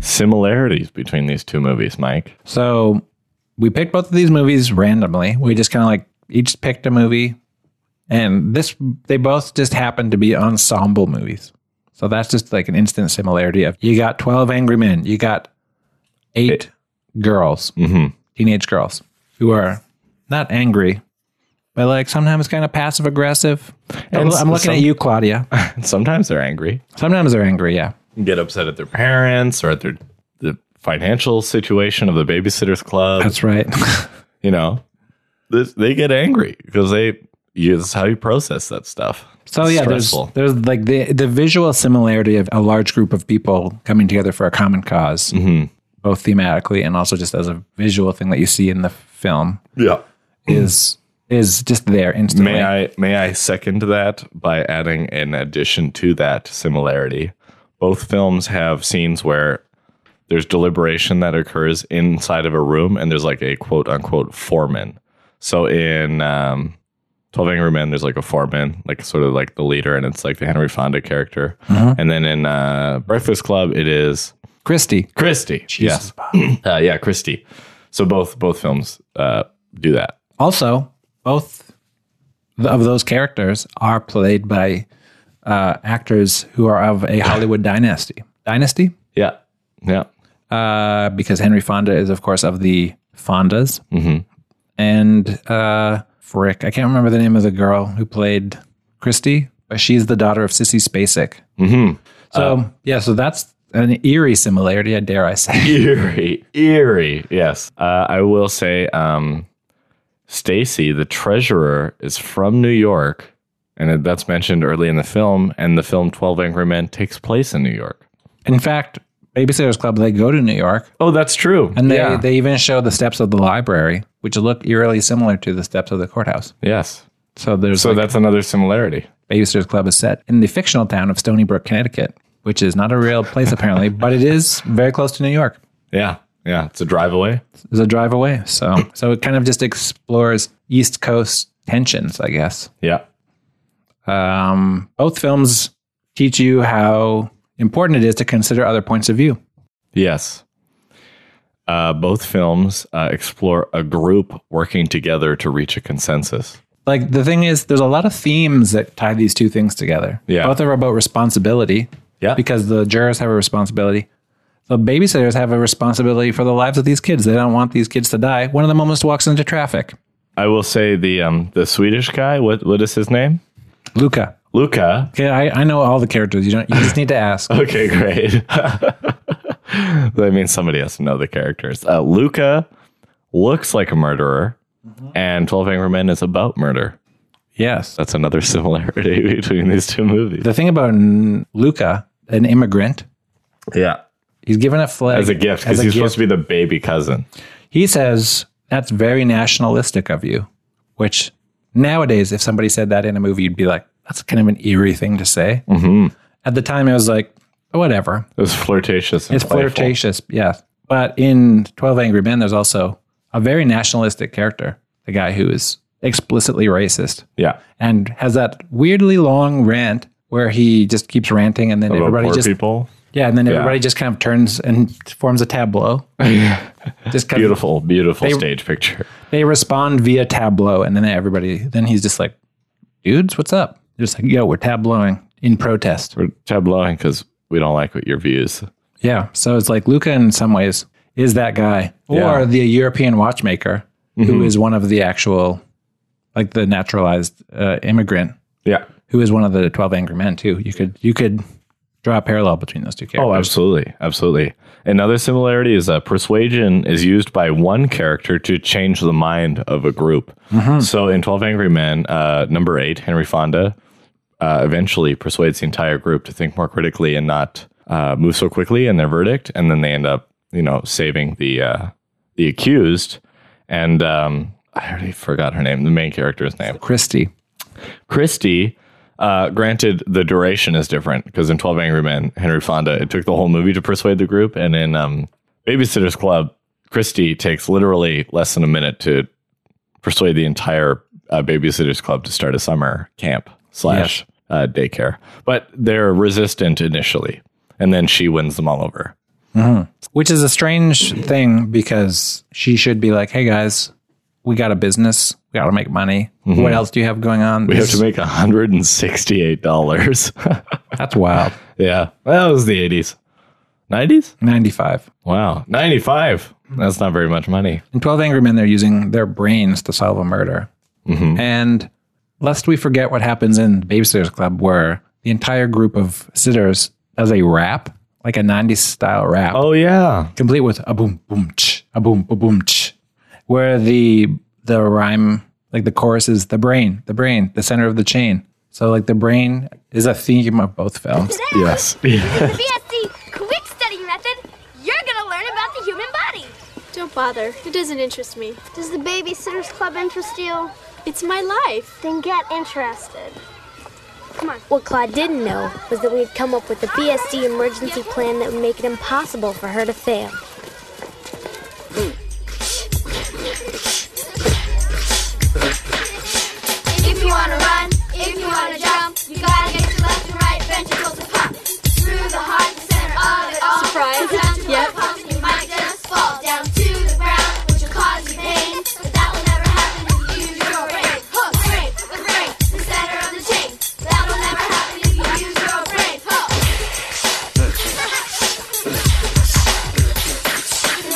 [SPEAKER 1] Similarities between these two movies, Mike.
[SPEAKER 2] So we picked both of these movies randomly. We just kind of like each picked a movie, and this they both just happened to be ensemble movies. So that's just like an instant similarity of you got twelve angry men, you got eight girls,
[SPEAKER 1] Mhm.
[SPEAKER 2] teenage girls who are not angry, but like sometimes kind of passive aggressive.
[SPEAKER 1] And
[SPEAKER 2] I'm looking
[SPEAKER 1] some-
[SPEAKER 2] at you, Claudia.
[SPEAKER 1] And sometimes they're angry.
[SPEAKER 2] Sometimes they're angry, yeah.
[SPEAKER 1] Get upset at their parents or at their the financial situation of the babysitters club.
[SPEAKER 2] That's right.
[SPEAKER 1] you know this, they get angry because they you, this is how you process that stuff.
[SPEAKER 2] So
[SPEAKER 1] It's
[SPEAKER 2] yeah,
[SPEAKER 1] stressful.
[SPEAKER 2] there's there's like the the visual similarity of a large group of people coming together for a common because
[SPEAKER 1] Mhm.
[SPEAKER 2] both thematically and also just as a visual thing that you see in the film
[SPEAKER 1] Yeah.
[SPEAKER 2] is is just there instantly.
[SPEAKER 1] Hmm. May I may I second that by adding an addition to that similarity? Both films have scenes where there's deliberation that occurs inside of a room, and there's like a quote unquote foreman. So in um, Twelve Angry Men, there's like a foreman, like sort of like the leader, and it's like the Henry Fonda character. And then in uh, Breakfast Club, it is
[SPEAKER 2] Christy,
[SPEAKER 1] Christie.
[SPEAKER 2] Jesus,
[SPEAKER 1] Yes, uh, yeah, Christie. So both both films uh, do that.
[SPEAKER 2] also both th- of those characters are played by uh, actors who are of a Hollywood dynasty. Dynasty,
[SPEAKER 1] Yeah, yeah.
[SPEAKER 2] uh, because Henry Fonda is of course of the Fondas,
[SPEAKER 1] hmm
[SPEAKER 2] and uh, frick, I can't remember the name of the girl who played Christy, but she's the daughter of Sissy Spacek.
[SPEAKER 1] hmm
[SPEAKER 2] So yeah, so that's an eerie similarity, I dare I say.
[SPEAKER 1] eerie, eerie. Yes, uh, I will say, um, Stacy, the treasurer, is from New York, and that's mentioned early in the film. And the film Twelve Angry Men takes place in New York.
[SPEAKER 2] In fact, Babysitters Club they go to New York,
[SPEAKER 1] Oh, that's true.
[SPEAKER 2] and they
[SPEAKER 1] yeah.
[SPEAKER 2] they even show the steps of the library, which look eerily similar to the steps of the courthouse.
[SPEAKER 1] yes.
[SPEAKER 2] So there's
[SPEAKER 1] So that's another similarity.
[SPEAKER 2] Babysitters Club is set in the fictional town of Stony Brook, Connecticut, which is not a real place apparently, but it is very close to New York.
[SPEAKER 1] Yeah, yeah. It's a drive away.
[SPEAKER 2] It's a drive away, so so it kind of just explores East Coast tensions, I guess.
[SPEAKER 1] Yeah.
[SPEAKER 2] Um, both films teach you how important it is to consider other points of view.
[SPEAKER 1] Yes. Uh, both films uh, explore a group working together to reach a consensus.
[SPEAKER 2] like the thing is there's a lot of themes that tie these two things together
[SPEAKER 1] Yeah.
[SPEAKER 2] both are about responsibility
[SPEAKER 1] Yeah.
[SPEAKER 2] because the jurors have a responsibility the babysitters have a responsibility for the lives of these kids they don't want these kids to die one of them almost walks into traffic
[SPEAKER 1] I will say the um, the Swedish guy. What what is his name?
[SPEAKER 2] luca
[SPEAKER 1] Luca.
[SPEAKER 2] okay I, I know all the characters you don't you just need to ask
[SPEAKER 1] Okay, great. that means somebody has to know the characters. Uh, Luca looks like a murderer,
[SPEAKER 2] Mm-hmm.
[SPEAKER 1] and 12 Angry Men is about murder.
[SPEAKER 2] yes
[SPEAKER 1] That's another similarity between these two movies.
[SPEAKER 2] the thing about mm, luca an immigrant
[SPEAKER 1] Yeah.
[SPEAKER 2] he's given a flag
[SPEAKER 1] As a gift, because
[SPEAKER 2] as a
[SPEAKER 1] he's
[SPEAKER 2] gift.
[SPEAKER 1] supposed to be the baby cousin.
[SPEAKER 2] he says that's very nationalistic of you which nowadays if somebody said that in a movie you'd be like that's kind of an eerie thing to say
[SPEAKER 1] Mm-hmm.
[SPEAKER 2] at the time I was like whatever
[SPEAKER 1] It was flirtatious. And
[SPEAKER 2] it's
[SPEAKER 1] playful.
[SPEAKER 2] flirtatious yes but in 12 angry men there's also a very nationalistic character the guy who is explicitly racist
[SPEAKER 1] Yeah.
[SPEAKER 2] and has that weirdly long rant where he just keeps ranting and then
[SPEAKER 1] About
[SPEAKER 2] everybody
[SPEAKER 1] poor
[SPEAKER 2] just
[SPEAKER 1] people.
[SPEAKER 2] yeah and then everybody just kind of turns and forms a tableau just kind of
[SPEAKER 1] Beautiful, beautiful stage picture.
[SPEAKER 2] they respond via tableau and then everybody then he's just like dudes what's up They're just like yo we're tableauing in protest
[SPEAKER 1] We're tableauing because we don't like what your views.
[SPEAKER 2] Yeah. So it's like Luca, in some ways, is that guy or
[SPEAKER 1] Yeah. Mm-hmm.
[SPEAKER 2] the European watchmaker who is one of the actual, like the naturalized uh, immigrant
[SPEAKER 1] Yeah.
[SPEAKER 2] who is one of the 12 angry men, too. You could, you could draw a parallel between those two
[SPEAKER 1] Oh,
[SPEAKER 2] characters.
[SPEAKER 1] absolutely, absolutely. Another similarity is uh, persuasion is used by one character to change the mind of a group. So in Twelve Angry Men, uh, number eight, Henry Fonda, uh, eventually persuades the entire group to think more critically and not uh, move so quickly in their verdict, and then they end up, you know, saving the uh, the accused. And um, I already forgot her name, the main character's name.
[SPEAKER 2] Christie.
[SPEAKER 1] Christie, uh, granted, the duration is different because in 12 Angry Men, Henry Fonda, it took the whole movie to persuade the group. And in um, Babysitter's Club, Christie takes literally less than a minute to persuade the entire uh, Babysitter's Club to start a summer camp slash uh, daycare. But they're resistant initially. And then she wins them all over.
[SPEAKER 2] Which is a strange thing because she should be like, hey guys, we got a business. We got to make money. What else do you have going on?
[SPEAKER 1] Mm-hmm. We have to make $168.
[SPEAKER 2] That's wild.
[SPEAKER 1] yeah. Well, it was the 80s. 90s?
[SPEAKER 2] 95.
[SPEAKER 1] Wow, 95. That's not very much money.
[SPEAKER 2] In 12 Angry Men, they're using their brains to solve a murder.
[SPEAKER 1] Mm-hmm.
[SPEAKER 2] And lest we forget what happens in Babysitter's Club, where the entire group of sitters does a rap, like a 90s style rap,
[SPEAKER 1] Oh, yeah.
[SPEAKER 2] complete with a boom, boom, ch, a boom, boom, boom, ch, where the, the rhyme, like the chorus is the brain, the brain, the center of the chain. So like the brain is a theme of both films.
[SPEAKER 3] Today,
[SPEAKER 1] Yes.
[SPEAKER 3] with the BSC quick study method, you're gonna learn about the human body.
[SPEAKER 4] Don't bother. It doesn't interest me.
[SPEAKER 5] Does the Babysitters Club interest you?
[SPEAKER 4] It's my life.
[SPEAKER 5] Then get interested. Come on. What Claude didn't know was that we had come up with a BSD emergency plan that would make it impossible for her to fail.
[SPEAKER 3] If you wanna run, if you wanna jump, you gotta get your left and right ventricles to pop. Through the heart, the center of it all.
[SPEAKER 4] Surprise.
[SPEAKER 3] Sometimes you
[SPEAKER 4] Yep.
[SPEAKER 3] will pop and you might just fall down to the ground, which will cause you pain. But that will never happen if you use your brain. Hook, brain, the brain, the center of the chain. That will never happen if you use your brain. Hook. Run,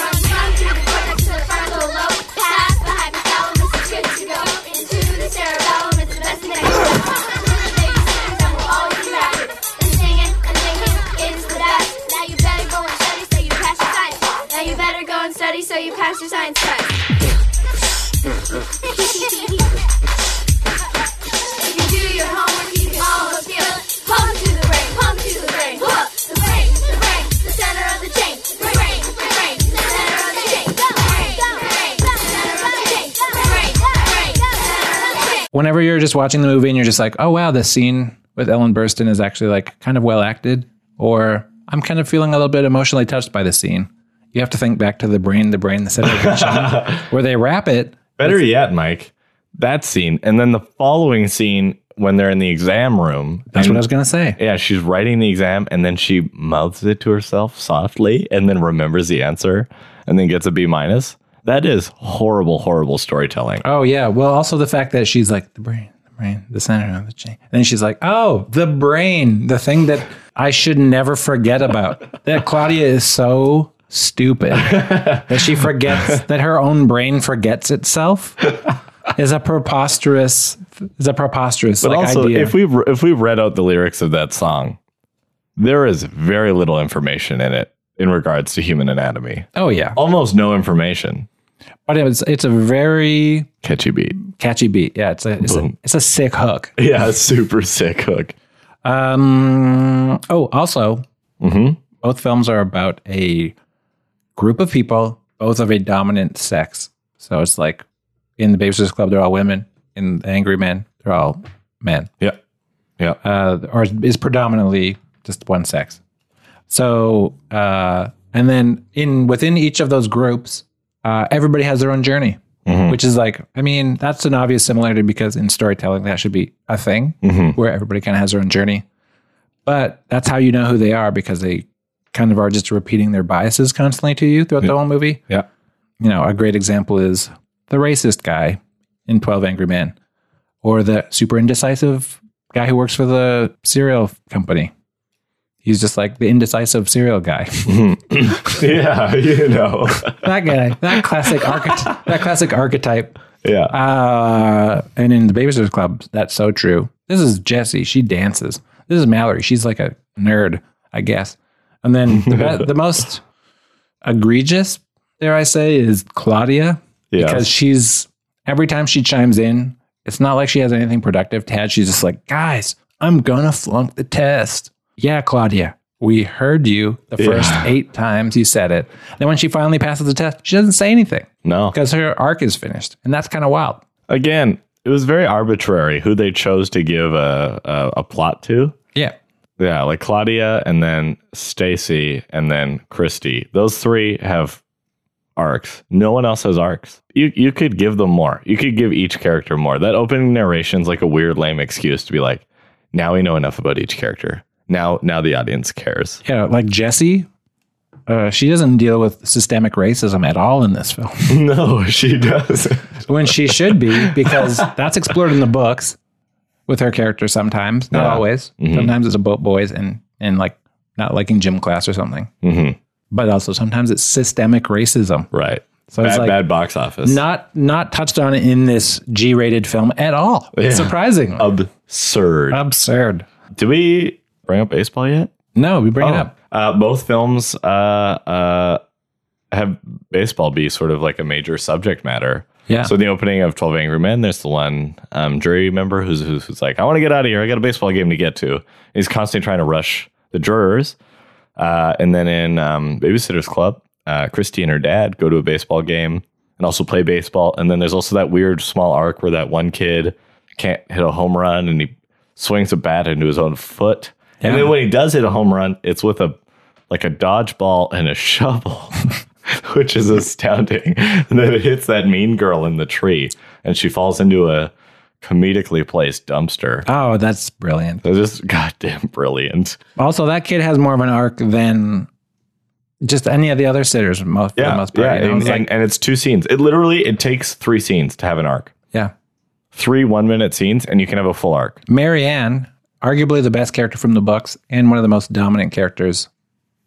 [SPEAKER 3] run through the cortex to the frontal lobe, past the hypothalamus, it's good to go into the cerebellum. It's the best connection. Through the babysitters, and we'll always be rapping and singing and thinking. It's the best. Now you better go and study so you pass your science. Now you better go and study so you pass your science test. If you do your homework, you can almost feel it. Pump to the brain, pump to the brain. Whoop, the brain, the brain, the center of the chain. The brain, the brain, the center of the chain. The brain, the brain, the center of the chain. The brain, the brain, the center of the chain.
[SPEAKER 2] Whenever you're just watching the movie and you're just like, oh wow, this scene with Ellen Burstyn is actually like kind of well acted, or I'm kind of feeling a little bit emotionally touched by this scene. You have to think back to the brain, the brain, the center of the chain, where they wrap it.
[SPEAKER 1] Better yet, Mike, that scene, and then the following scene when they're in the exam room.
[SPEAKER 2] That's
[SPEAKER 1] and-
[SPEAKER 2] what I was gonna say.
[SPEAKER 1] Yeah, she's writing the exam and then she mouths it to herself softly and then remembers the answer and then gets a B minus. That is horrible, horrible storytelling.
[SPEAKER 2] Oh yeah. Well, also the fact that she's like the brain, the brain, the center of the chain. And then she's like, oh, the brain, the thing that I should never forget about. that Claudia is so stupid that she forgets that her own brain forgets itself is a preposterous is a preposterous
[SPEAKER 1] But
[SPEAKER 2] like
[SPEAKER 1] also,
[SPEAKER 2] idea.
[SPEAKER 1] if we if we read out the lyrics of that song, there is very little information in it in regards to human anatomy.
[SPEAKER 2] oh yeah.
[SPEAKER 1] Almost no information.
[SPEAKER 2] But it's it's a very
[SPEAKER 1] Catchy beat.
[SPEAKER 2] catchy beat. Yeah, it's a it's, a,
[SPEAKER 1] Boom.
[SPEAKER 2] it's a sick hook.
[SPEAKER 1] Yeah, super sick hook.
[SPEAKER 2] Um. Oh, also, both films are about a group of people, both of a dominant sex. So it's like in the Babysitter's Club, they're all women. In the Angry Men, they're all men,
[SPEAKER 1] Yeah, yeah.
[SPEAKER 2] uh, or is predominantly just one sex. So, uh, and then in within each of those groups, uh, everybody has their own journey.
[SPEAKER 1] Mm-hmm.
[SPEAKER 2] Which is like, I mean, that's an obvious similarity because in storytelling, that should be a thing
[SPEAKER 1] Mm-hmm.
[SPEAKER 2] where everybody kind of has their own journey but that's how you know who they are because they kind of are just repeating their biases constantly to you throughout the whole movie.
[SPEAKER 1] Yeah.
[SPEAKER 2] You know, a great example is the racist guy in 12 Angry Men or the super indecisive guy who works for the cereal company. He's just like the indecisive cereal guy.
[SPEAKER 1] yeah, you know.
[SPEAKER 2] that guy, that classic archety- that classic archetype.
[SPEAKER 1] yeah.
[SPEAKER 2] Uh, and in the Babysitter's Club, that's so true. This is Jessie. She dances. This is Mallory. She's like a nerd, I guess. And then the, be- the most egregious, dare I say, is Claudia
[SPEAKER 1] Yeah.
[SPEAKER 2] because she's every time she chimes in, it's not like she has anything productive to add. She's just like, guys, I'm gonna flunk the test. Yeah, Claudia, we heard you the first eight times you said it. Then when she finally passes the test, she doesn't say anything
[SPEAKER 1] no.
[SPEAKER 2] because her arc is finished, and that's kind of wild.
[SPEAKER 1] Again, it was very arbitrary who they chose to give a a, a plot to.
[SPEAKER 2] Yeah.
[SPEAKER 1] Yeah, like Claudia and then Stacy and then Christy. Those three have arcs. No one else has arcs. You you could give them more. You could give each character more. That opening narration's like a weird lame excuse to be like, now we know enough about each character. Now now the audience cares.
[SPEAKER 2] Yeah, like Jessie, uh, she doesn't deal with systemic racism at all in this film.
[SPEAKER 1] no, she doesn't.
[SPEAKER 2] when she should be, because that's explored in the books with her character sometimes, not always.
[SPEAKER 1] Mm-hmm.
[SPEAKER 2] Sometimes it's about boys and and like not liking gym class or something.
[SPEAKER 1] Mm-hmm.
[SPEAKER 2] But also sometimes it's systemic racism,
[SPEAKER 1] Right.
[SPEAKER 2] So
[SPEAKER 1] bad,
[SPEAKER 2] it's like-
[SPEAKER 1] bad box office.
[SPEAKER 2] not not touched on in this G-rated film at all.
[SPEAKER 1] Yeah.
[SPEAKER 2] Surprising,
[SPEAKER 1] absurd.
[SPEAKER 2] absurd.
[SPEAKER 1] Do we bring up baseball yet?
[SPEAKER 2] No, we bring it
[SPEAKER 1] Oh.
[SPEAKER 2] up.
[SPEAKER 1] Uh, both films uh, uh, have baseball be sort of like a major subject matter.
[SPEAKER 2] Yeah.
[SPEAKER 1] So in the opening of Twelve Angry Men, there's the one um, jury member who's, who's who's like, "I want to get out of here. I got a baseball game to get to." He's constantly trying to rush the jurors. Uh, and then in um, Babysitters Club, uh, Christy and her dad go to a baseball game and also play baseball. And then there's also that weird small arc where that one kid can't hit a home run and he swings a bat into his own foot. And
[SPEAKER 2] Yeah.
[SPEAKER 1] then when he does hit a home run, it's with a like a dodgeball and a shovel, which is astounding. And then it hits that mean girl in the tree, and she falls into a comedically placed dumpster.
[SPEAKER 2] Oh, that's brilliant.
[SPEAKER 1] It's just goddamn brilliant.
[SPEAKER 2] Also, that kid has more of an arc than just any of the other sitters. Most, for the most part, you know?
[SPEAKER 1] and,
[SPEAKER 2] It's like-
[SPEAKER 1] and, and it's two scenes. It literally it takes three scenes to have an arc.
[SPEAKER 2] yeah.
[SPEAKER 1] Three one minute scenes, and you can have a full arc.
[SPEAKER 2] Marianne, arguably the best character from the books and one of the most dominant characters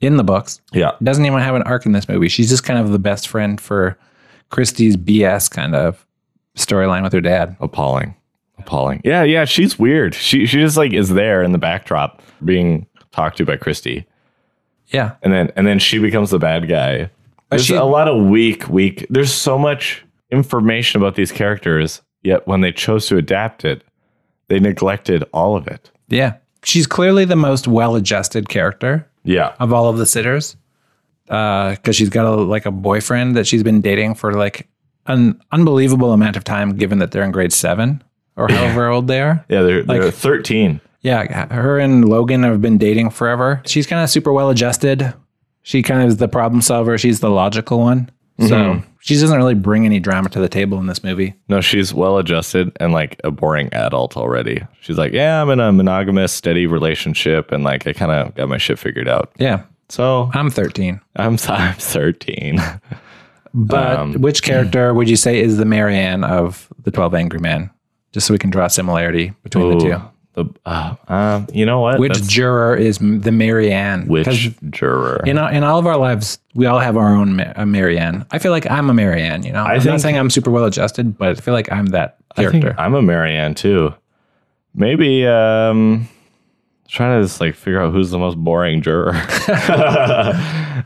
[SPEAKER 2] in the books,
[SPEAKER 1] Yeah,
[SPEAKER 2] doesn't even have an arc in this movie. She's just kind of the best friend for Christie's BS kind of storyline with her dad.
[SPEAKER 1] appalling, appalling. Yeah, yeah. She's weird. She she just like is there in the backdrop being talked to by Christy,
[SPEAKER 2] Yeah.
[SPEAKER 1] and then and then she becomes the bad guy.
[SPEAKER 2] But
[SPEAKER 1] There's
[SPEAKER 2] she-
[SPEAKER 1] a lot of weak, weak. There's so much information about these characters, yet when they chose to adapt it, they neglected all of it.
[SPEAKER 2] Yeah. She's clearly the most well adjusted character
[SPEAKER 1] Yeah,
[SPEAKER 2] of all of the sitters because she's got a, like a boyfriend that she's been dating for like an unbelievable amount of time given that they're in grade seven or however old they are
[SPEAKER 1] yeah. They're, they're
[SPEAKER 2] Like-
[SPEAKER 1] 13.
[SPEAKER 2] yeah her and logan have been dating forever she's kind of super well adjusted she kind of is the problem solver she's the logical one
[SPEAKER 1] Mm-hmm.
[SPEAKER 2] so she doesn't really bring any drama to the table in this movie
[SPEAKER 1] No, she's well adjusted and like a boring adult already. She's like, yeah, I'm in a monogamous, steady relationship, and like I kind of got my shit figured out.
[SPEAKER 2] yeah
[SPEAKER 1] So
[SPEAKER 2] i'm 13
[SPEAKER 1] I'm I'm 13.
[SPEAKER 2] but
[SPEAKER 1] Um,
[SPEAKER 2] which character would you say is the marianne of the 12 angry men just so we can draw similarity between the two
[SPEAKER 1] the uh, uh, you know what?
[SPEAKER 2] Which
[SPEAKER 1] That's-
[SPEAKER 2] juror is m- the Marianne?
[SPEAKER 1] which juror?
[SPEAKER 2] in all, in all of our lives, we all have our own Ma- a Marianne. I feel like I'm a Marianne. You know, I am
[SPEAKER 1] think-
[SPEAKER 2] not saying I'm super well adjusted, but I feel like I'm that
[SPEAKER 1] I think
[SPEAKER 2] character.
[SPEAKER 1] I'm a Marianne too. Maybe um trying to just like figure out who's the most boring juror.
[SPEAKER 2] At,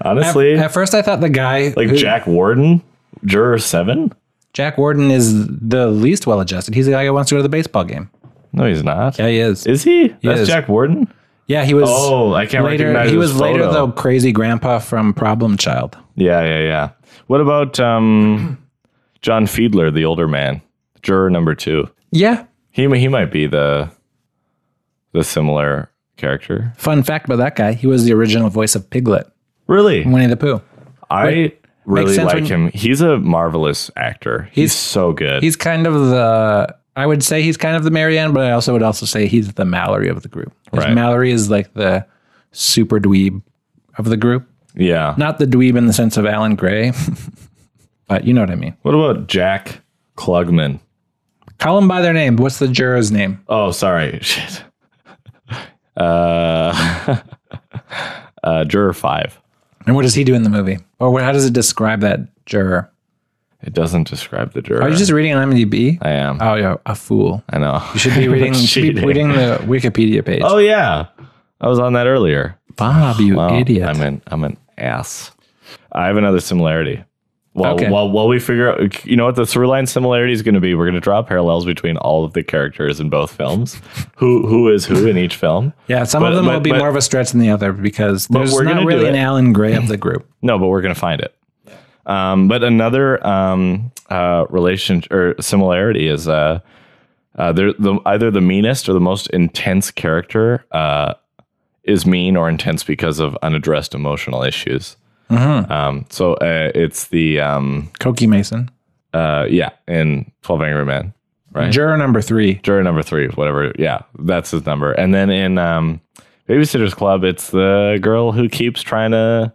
[SPEAKER 1] Honestly,
[SPEAKER 2] at first, I thought the guy
[SPEAKER 1] like
[SPEAKER 2] who-
[SPEAKER 1] Jack Warden, juror seven.
[SPEAKER 2] Jack Warden is the least well adjusted. He's the guy who wants to go to the baseball game.
[SPEAKER 1] No, he's not.
[SPEAKER 2] Yeah, he is.
[SPEAKER 1] Is he? That's
[SPEAKER 2] is.
[SPEAKER 1] Jack Warden.
[SPEAKER 2] yeah, he was.
[SPEAKER 1] Oh, I can't
[SPEAKER 2] later.
[SPEAKER 1] recognize
[SPEAKER 2] He
[SPEAKER 1] his
[SPEAKER 2] was later
[SPEAKER 1] photo.
[SPEAKER 2] the crazy grandpa from Problem Child.
[SPEAKER 1] Yeah, yeah, yeah. What about um, John Fiedler, the older man, juror number two?
[SPEAKER 2] Yeah.
[SPEAKER 1] He he might be the the similar character.
[SPEAKER 2] Fun fact about that guy: he was the original voice of Piglet,
[SPEAKER 1] Really,
[SPEAKER 2] Winnie the Pooh.
[SPEAKER 1] I really
[SPEAKER 2] sense
[SPEAKER 1] like
[SPEAKER 2] when-
[SPEAKER 1] him. He's a marvelous actor. He's,
[SPEAKER 2] He's-
[SPEAKER 1] so good.
[SPEAKER 2] He's kind of the I would say he's kind of the Marianne, but I also would also say he's the Mallory of the group. 'Cause
[SPEAKER 1] Right.
[SPEAKER 2] Mallory is like the super dweeb of the group.
[SPEAKER 1] yeah.
[SPEAKER 2] Not the dweeb in the sense of Alan Gray, but you know what I mean.
[SPEAKER 1] what about Jack Klugman?
[SPEAKER 2] Call them by their name. What's the juror's name?
[SPEAKER 1] Oh, sorry, shit. Uh, uh, juror five.
[SPEAKER 2] And what does he do in the movie? Or what, how does it describe that juror?
[SPEAKER 1] It doesn't describe the juror.
[SPEAKER 2] Are you just reading on IMDb?
[SPEAKER 1] I am.
[SPEAKER 2] oh, you're a fool.
[SPEAKER 1] I know.
[SPEAKER 2] You should be reading, you should be
[SPEAKER 1] Cheating.
[SPEAKER 2] reading the Wikipedia page.
[SPEAKER 1] Oh yeah, I was on that earlier.
[SPEAKER 2] Bob, you
[SPEAKER 1] Wow,
[SPEAKER 2] idiot.
[SPEAKER 1] I'm an I'm an ass. I have another similarity. While,
[SPEAKER 2] Okay.
[SPEAKER 1] while, while we figure out, you know what the through line similarity is going to be, we're going to draw parallels between all of the characters in both films. who who is who in each film?
[SPEAKER 2] yeah, some
[SPEAKER 1] But-
[SPEAKER 2] of them
[SPEAKER 1] but-
[SPEAKER 2] will be
[SPEAKER 1] but-
[SPEAKER 2] more of a stretch than the other because there's
[SPEAKER 1] we're gonna
[SPEAKER 2] not
[SPEAKER 1] do
[SPEAKER 2] really an
[SPEAKER 1] it.
[SPEAKER 2] Alan Gray of the group.
[SPEAKER 1] No, but we're going to find it. Um, but another um, uh, relation or similarity is uh, uh, they're the, either the meanest or the most intense character uh, is mean or intense because of unaddressed emotional issues. Um, so uh, it's the um,
[SPEAKER 2] Cokie Mason.
[SPEAKER 1] uh, yeah in Twelve Angry Men, right?
[SPEAKER 2] Juror number three.
[SPEAKER 1] Juror number three, whatever. Yeah, that's his number. And then in um, Babysitter's Club, it's the girl who keeps trying to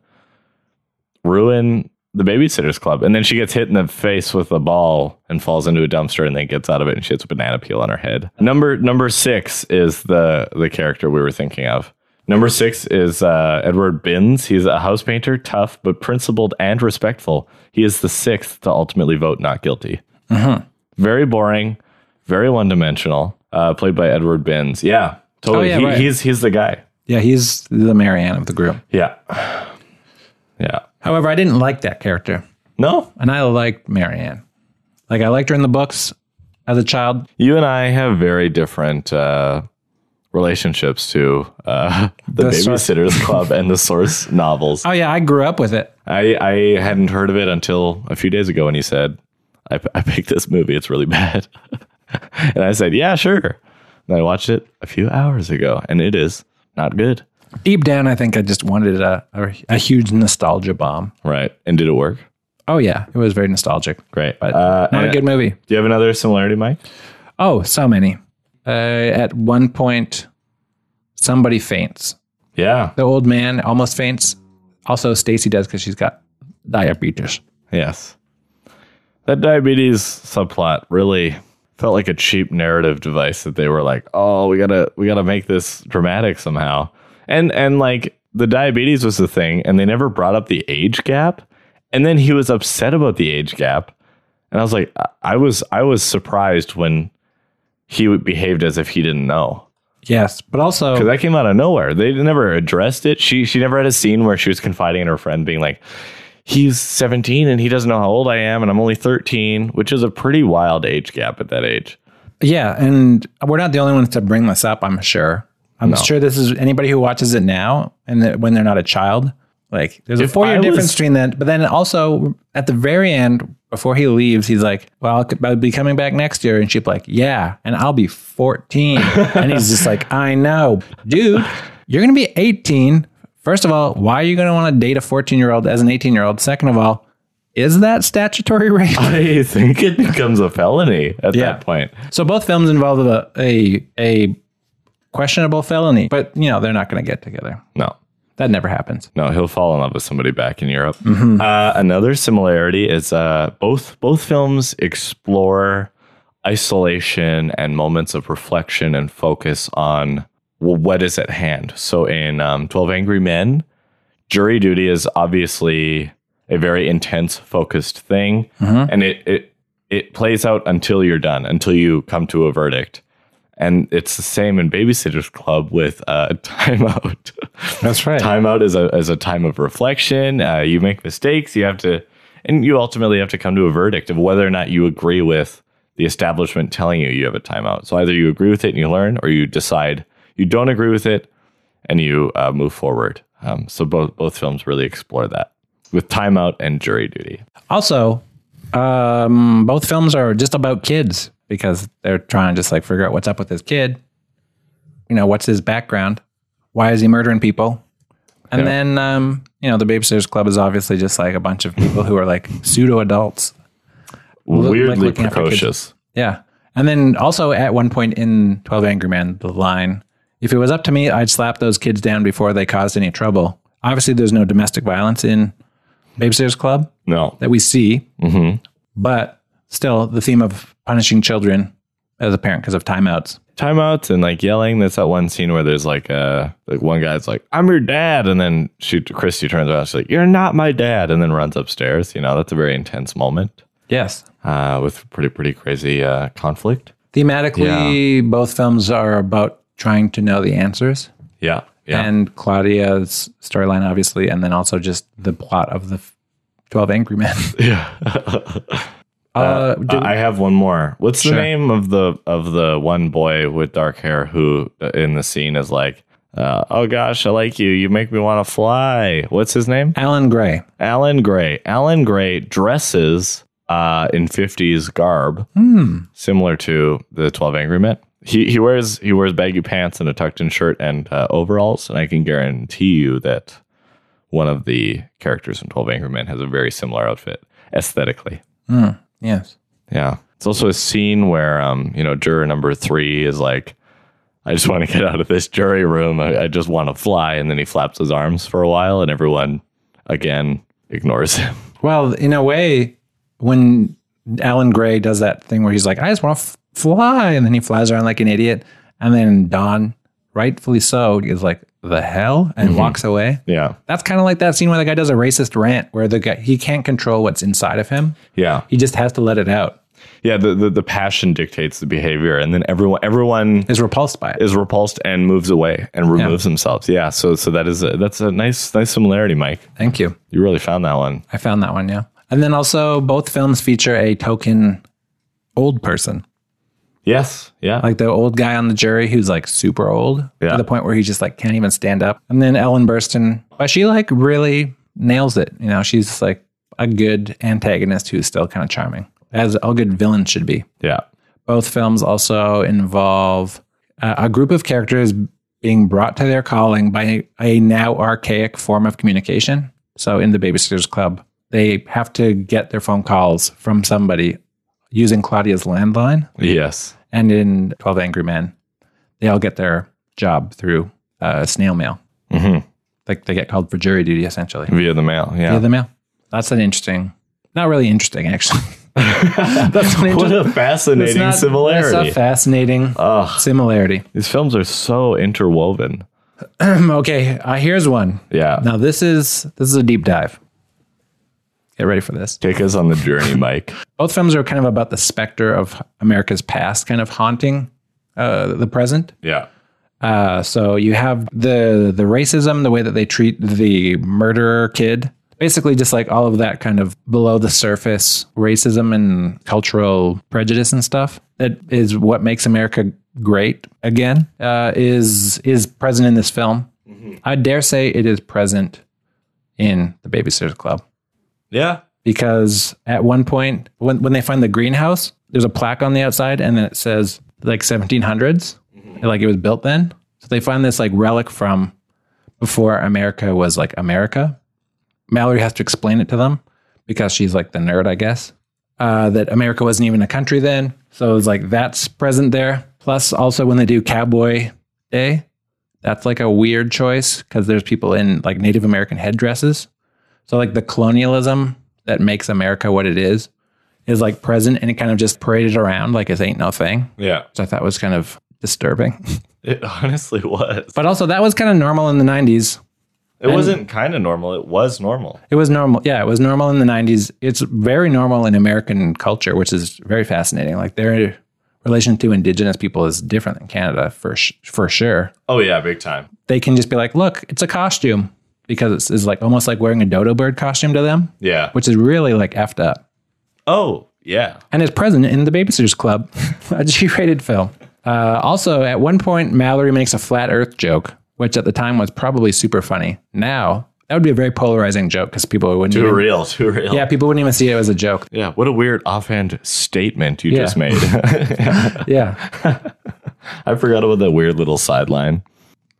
[SPEAKER 1] ruin the Babysitter's Club. And then she gets hit in the face with a ball and falls into a dumpster and then gets out of it and she has a banana peel on her head. Number number six is the the character we were thinking of. Number six is uh, Edward Binns. He's a house painter, tough but principled and respectful. He is the sixth to ultimately vote not guilty
[SPEAKER 2] Mm-hmm.
[SPEAKER 1] very boring, very one dimensional. Uh, played by Edward Binns. Yeah, totally.
[SPEAKER 2] Oh, yeah,
[SPEAKER 1] he,
[SPEAKER 2] right.
[SPEAKER 1] He's he's the guy.
[SPEAKER 2] Yeah, he's the Marianne of the group.
[SPEAKER 1] Yeah, yeah.
[SPEAKER 2] However, I didn't like that character,
[SPEAKER 1] No,
[SPEAKER 2] and I liked Marianne. Like I liked her in the books as a child.
[SPEAKER 1] You and I have very different uh, relationships to uh, the,
[SPEAKER 2] The Source.
[SPEAKER 1] Babysitters Club and the Source novels.
[SPEAKER 2] Oh yeah, I grew up with it.
[SPEAKER 1] I, I hadn't heard of it until a few days ago when he said, I, I picked this movie. It's really bad. and I said, Yeah, sure. And I watched it a few hours ago, and it is not good.
[SPEAKER 2] Deep down, I think I just wanted a a, a huge nostalgia bomb.
[SPEAKER 1] Right. And did it work?
[SPEAKER 2] Oh yeah, it was very nostalgic.
[SPEAKER 1] Great.
[SPEAKER 2] but
[SPEAKER 1] Uh,
[SPEAKER 2] not a
[SPEAKER 1] and-
[SPEAKER 2] good movie.
[SPEAKER 1] Do you have another similarity, Mike?
[SPEAKER 2] Oh, so many. Uh, at one point, somebody faints.
[SPEAKER 1] Yeah.
[SPEAKER 2] The old man almost faints. Also, Stacy does because she's got diabetes.
[SPEAKER 1] Yes. That diabetes subplot really felt like a cheap narrative device that they were like, "Oh, we got to we got to make this dramatic somehow." And and like the diabetes was the thing and they never brought up the age gap. And then he was upset about the age gap. And I was like, I- I was I was surprised when he behaved as if he didn't know.
[SPEAKER 2] Yes, but also
[SPEAKER 1] Because that came out of nowhere. They never addressed it. She she never had a scene where she was confiding in her friend, being like, "He's 17 and he doesn't know how old I am, and I'm only 13," which is a pretty wild age gap at that age.
[SPEAKER 2] Yeah, and we're not the only ones to bring this up. I'm sure. I'm sure this is anybody who watches it now and that when they're not a child. Like, there's a
[SPEAKER 1] If
[SPEAKER 2] four year
[SPEAKER 1] I was-
[SPEAKER 2] difference between that. But then also at the very end, before he leaves, he's like, "Well, I'll, c- I'll be coming back next year," and she's like, "Yeah," and I'll be 14. and he's just like, "I know, dude, you're gonna be 18. First of all, why are you gonna want to date a 14 year old as an 18 year old? Second of all, is that statutory rape?"
[SPEAKER 1] I think it becomes a felony at
[SPEAKER 2] Yeah.
[SPEAKER 1] that point.
[SPEAKER 2] So both films involve a a, a questionable felony, but you know they're not going to get together.
[SPEAKER 1] No,
[SPEAKER 2] That never happens.
[SPEAKER 1] no, he'll fall in love with somebody back in Europe. Uh, another similarity is uh, both both films explore isolation and moments of reflection and focus on well, what is at hand. So in um, Twelve Angry Men, jury duty is obviously a very intense, focused thing, and it it it plays out until you're done, until you come to a verdict. And it's the same in Babysitters Club with uh, timeout.
[SPEAKER 2] That's right.
[SPEAKER 1] Timeout is a is a time of reflection. Uh, you make mistakes. You have to, and you ultimately have to come to a verdict of whether or not you agree with the establishment telling you you have a timeout. So either you agree with it and you learn, or you decide you don't agree with it and you uh, move forward. Um, so both both films really explore that with timeout and jury duty.
[SPEAKER 2] Also, um, both films are just about kids because they're trying to just like figure out what's up with this kid. You know, what's his background? Why is he murdering people? And
[SPEAKER 1] Yeah.
[SPEAKER 2] then, um, you know, the Babysitters Club is obviously just like a bunch of people who are like pseudo adults. like
[SPEAKER 1] Weirdly
[SPEAKER 2] looking after kids.
[SPEAKER 1] precocious.
[SPEAKER 2] Yeah. And then also at one point in 12 Angry Men, the line, if it was up to me, I'd slap those kids down before they caused any trouble. Obviously, there's no domestic violence in Babysitter's Club
[SPEAKER 1] No,
[SPEAKER 2] that we see, mm-hmm. but still the theme of punishing children as a parent because of timeouts.
[SPEAKER 1] timeouts and like yelling. That's that one scene where there's like uh like one guy's like, I'm your dad, and then she Christy turns around, she's like, You're not my dad, and then runs upstairs. You know, that's a very intense moment.
[SPEAKER 2] Yes.
[SPEAKER 1] Uh with pretty pretty crazy uh conflict.
[SPEAKER 2] Thematically, both films are about trying to know the answers
[SPEAKER 1] Yeah. Yeah.
[SPEAKER 2] and Claudia's storyline, obviously, and then also just the plot of the 12 Angry Men.
[SPEAKER 1] yeah.
[SPEAKER 2] Uh, do-
[SPEAKER 1] I have one more. What's
[SPEAKER 2] Sure.
[SPEAKER 1] the name of the of the one boy with dark hair who uh, in the scene is like, uh, oh gosh, I like you. You make me want to fly. What's his name?
[SPEAKER 2] Alan Gray.
[SPEAKER 1] Alan Gray. Alan Gray dresses uh, in fifties garb, similar to the Twelve Angry Men. He he wears he wears baggy pants and a tucked in shirt and uh, overalls, and I can guarantee you that one of the characters in Twelve Angry Men has a very similar outfit aesthetically.
[SPEAKER 2] Yes.
[SPEAKER 1] Yeah, it's also a scene where um you know juror number three is like. I just want to get out of this jury room. I, I just want to fly. And then he flaps his arms for a while, and everyone again ignores him.
[SPEAKER 2] Well, in a way, when Alan Gray does that thing where he's like, I just want to f- fly. And then he flies around like an idiot. And then Don, rightfully so, is like, the hell? And walks away.
[SPEAKER 1] Yeah.
[SPEAKER 2] That's kind of like that scene where the guy does a racist rant where the guy, he can't control what's inside of him.
[SPEAKER 1] Yeah.
[SPEAKER 2] He just has to let it out.
[SPEAKER 1] Yeah. The, the, the passion dictates the behavior. And then everyone everyone
[SPEAKER 2] Is repulsed by it.
[SPEAKER 1] is repulsed and moves away and removes themselves. Yeah. So so that is a, that's a nice nice similarity, Mike.
[SPEAKER 2] Thank you.
[SPEAKER 1] You really found that one.
[SPEAKER 2] I found that one, yeah. And then also, both films feature a token old person,
[SPEAKER 1] Yes. Yeah.
[SPEAKER 2] like the old guy on the jury who's like super old
[SPEAKER 1] Yeah.
[SPEAKER 2] to the point where he just like can't even stand up. And then Ellen Burstyn, but she like really nails it. You know, she's like a good antagonist who's still kind of charming, as all good villains should be.
[SPEAKER 1] yeah.
[SPEAKER 2] Both films also involve uh, a group of characters being brought to their calling by a now archaic form of communication. So in the Babysitters Club, they have to get their phone calls from somebody using Claudia's landline.
[SPEAKER 1] Yes.
[SPEAKER 2] And in 12 Angry Men, they all get their job through uh, snail mail.
[SPEAKER 1] hmm
[SPEAKER 2] Like they get called for jury duty essentially
[SPEAKER 1] Via the mail. Yeah.
[SPEAKER 2] via the mail. That's an interesting, not really interesting actually. That's an
[SPEAKER 1] what
[SPEAKER 2] interesting-
[SPEAKER 1] a fascinating
[SPEAKER 2] it's not- That's
[SPEAKER 1] similarity.
[SPEAKER 2] a fascinating
[SPEAKER 1] Ugh.
[SPEAKER 2] similarity.
[SPEAKER 1] These films are so interwoven.
[SPEAKER 2] okay, uh, here's one.
[SPEAKER 1] Yeah.
[SPEAKER 2] Now this is this is a deep dive. Get ready for this.
[SPEAKER 1] Take us on the journey, Mike.
[SPEAKER 2] Both films are kind of about the specter of America's past, kind of haunting uh, the present.
[SPEAKER 1] yeah.
[SPEAKER 2] Uh, so you have the the racism, the way that they treat the murderer kid, basically just like all of that kind of below the surface racism and cultural prejudice and stuff. That is what makes America great again. Uh, is is present in this film? I dare say it is present in the Babysitters Club
[SPEAKER 1] Yeah.
[SPEAKER 2] because at one point when, when they find the greenhouse there's a plaque on the outside and then it says like 1700s like it was built then so they find this like relic from before america was like america mallory has to explain it to them because she's like the nerd i guess uh, that america wasn't even a country then so it's like that's present there plus also when they do cowboy day that's like a weird choice because there's people in like native american headdresses so like the colonialism that makes America what it is is like present and it kind of just paraded around like it ain't no thing,
[SPEAKER 1] Yeah.
[SPEAKER 2] which I thought was kind of disturbing.
[SPEAKER 1] It honestly was.
[SPEAKER 2] But also that was kind of normal in the 90s.
[SPEAKER 1] It wasn't kind of normal. It was normal.
[SPEAKER 2] It was normal. Yeah, it was normal in the 90s. It's very normal in American culture, which is very fascinating. Like their relation to indigenous people is different than Canada for sh- for sure.
[SPEAKER 1] Oh yeah, big time.
[SPEAKER 2] They can just be like, "Look, it's a costume." Because it's, it's like almost like wearing a dodo bird costume to them,
[SPEAKER 1] Yeah.
[SPEAKER 2] which is really like effed up.
[SPEAKER 1] Oh yeah.
[SPEAKER 2] and is present in The Babysitters Club, a G rated film. Uh, also, at one point, Mallory makes a flat earth joke, which at the time was probably super funny. Now, that would be a very polarizing joke because people wouldn't.
[SPEAKER 1] Too
[SPEAKER 2] even-
[SPEAKER 1] real. Too real.
[SPEAKER 2] Yeah, people wouldn't even see it as a joke.
[SPEAKER 1] Yeah. What a weird offhand statement you
[SPEAKER 2] Yeah.
[SPEAKER 1] just made.
[SPEAKER 2] Yeah.
[SPEAKER 1] I forgot about that weird little sideline.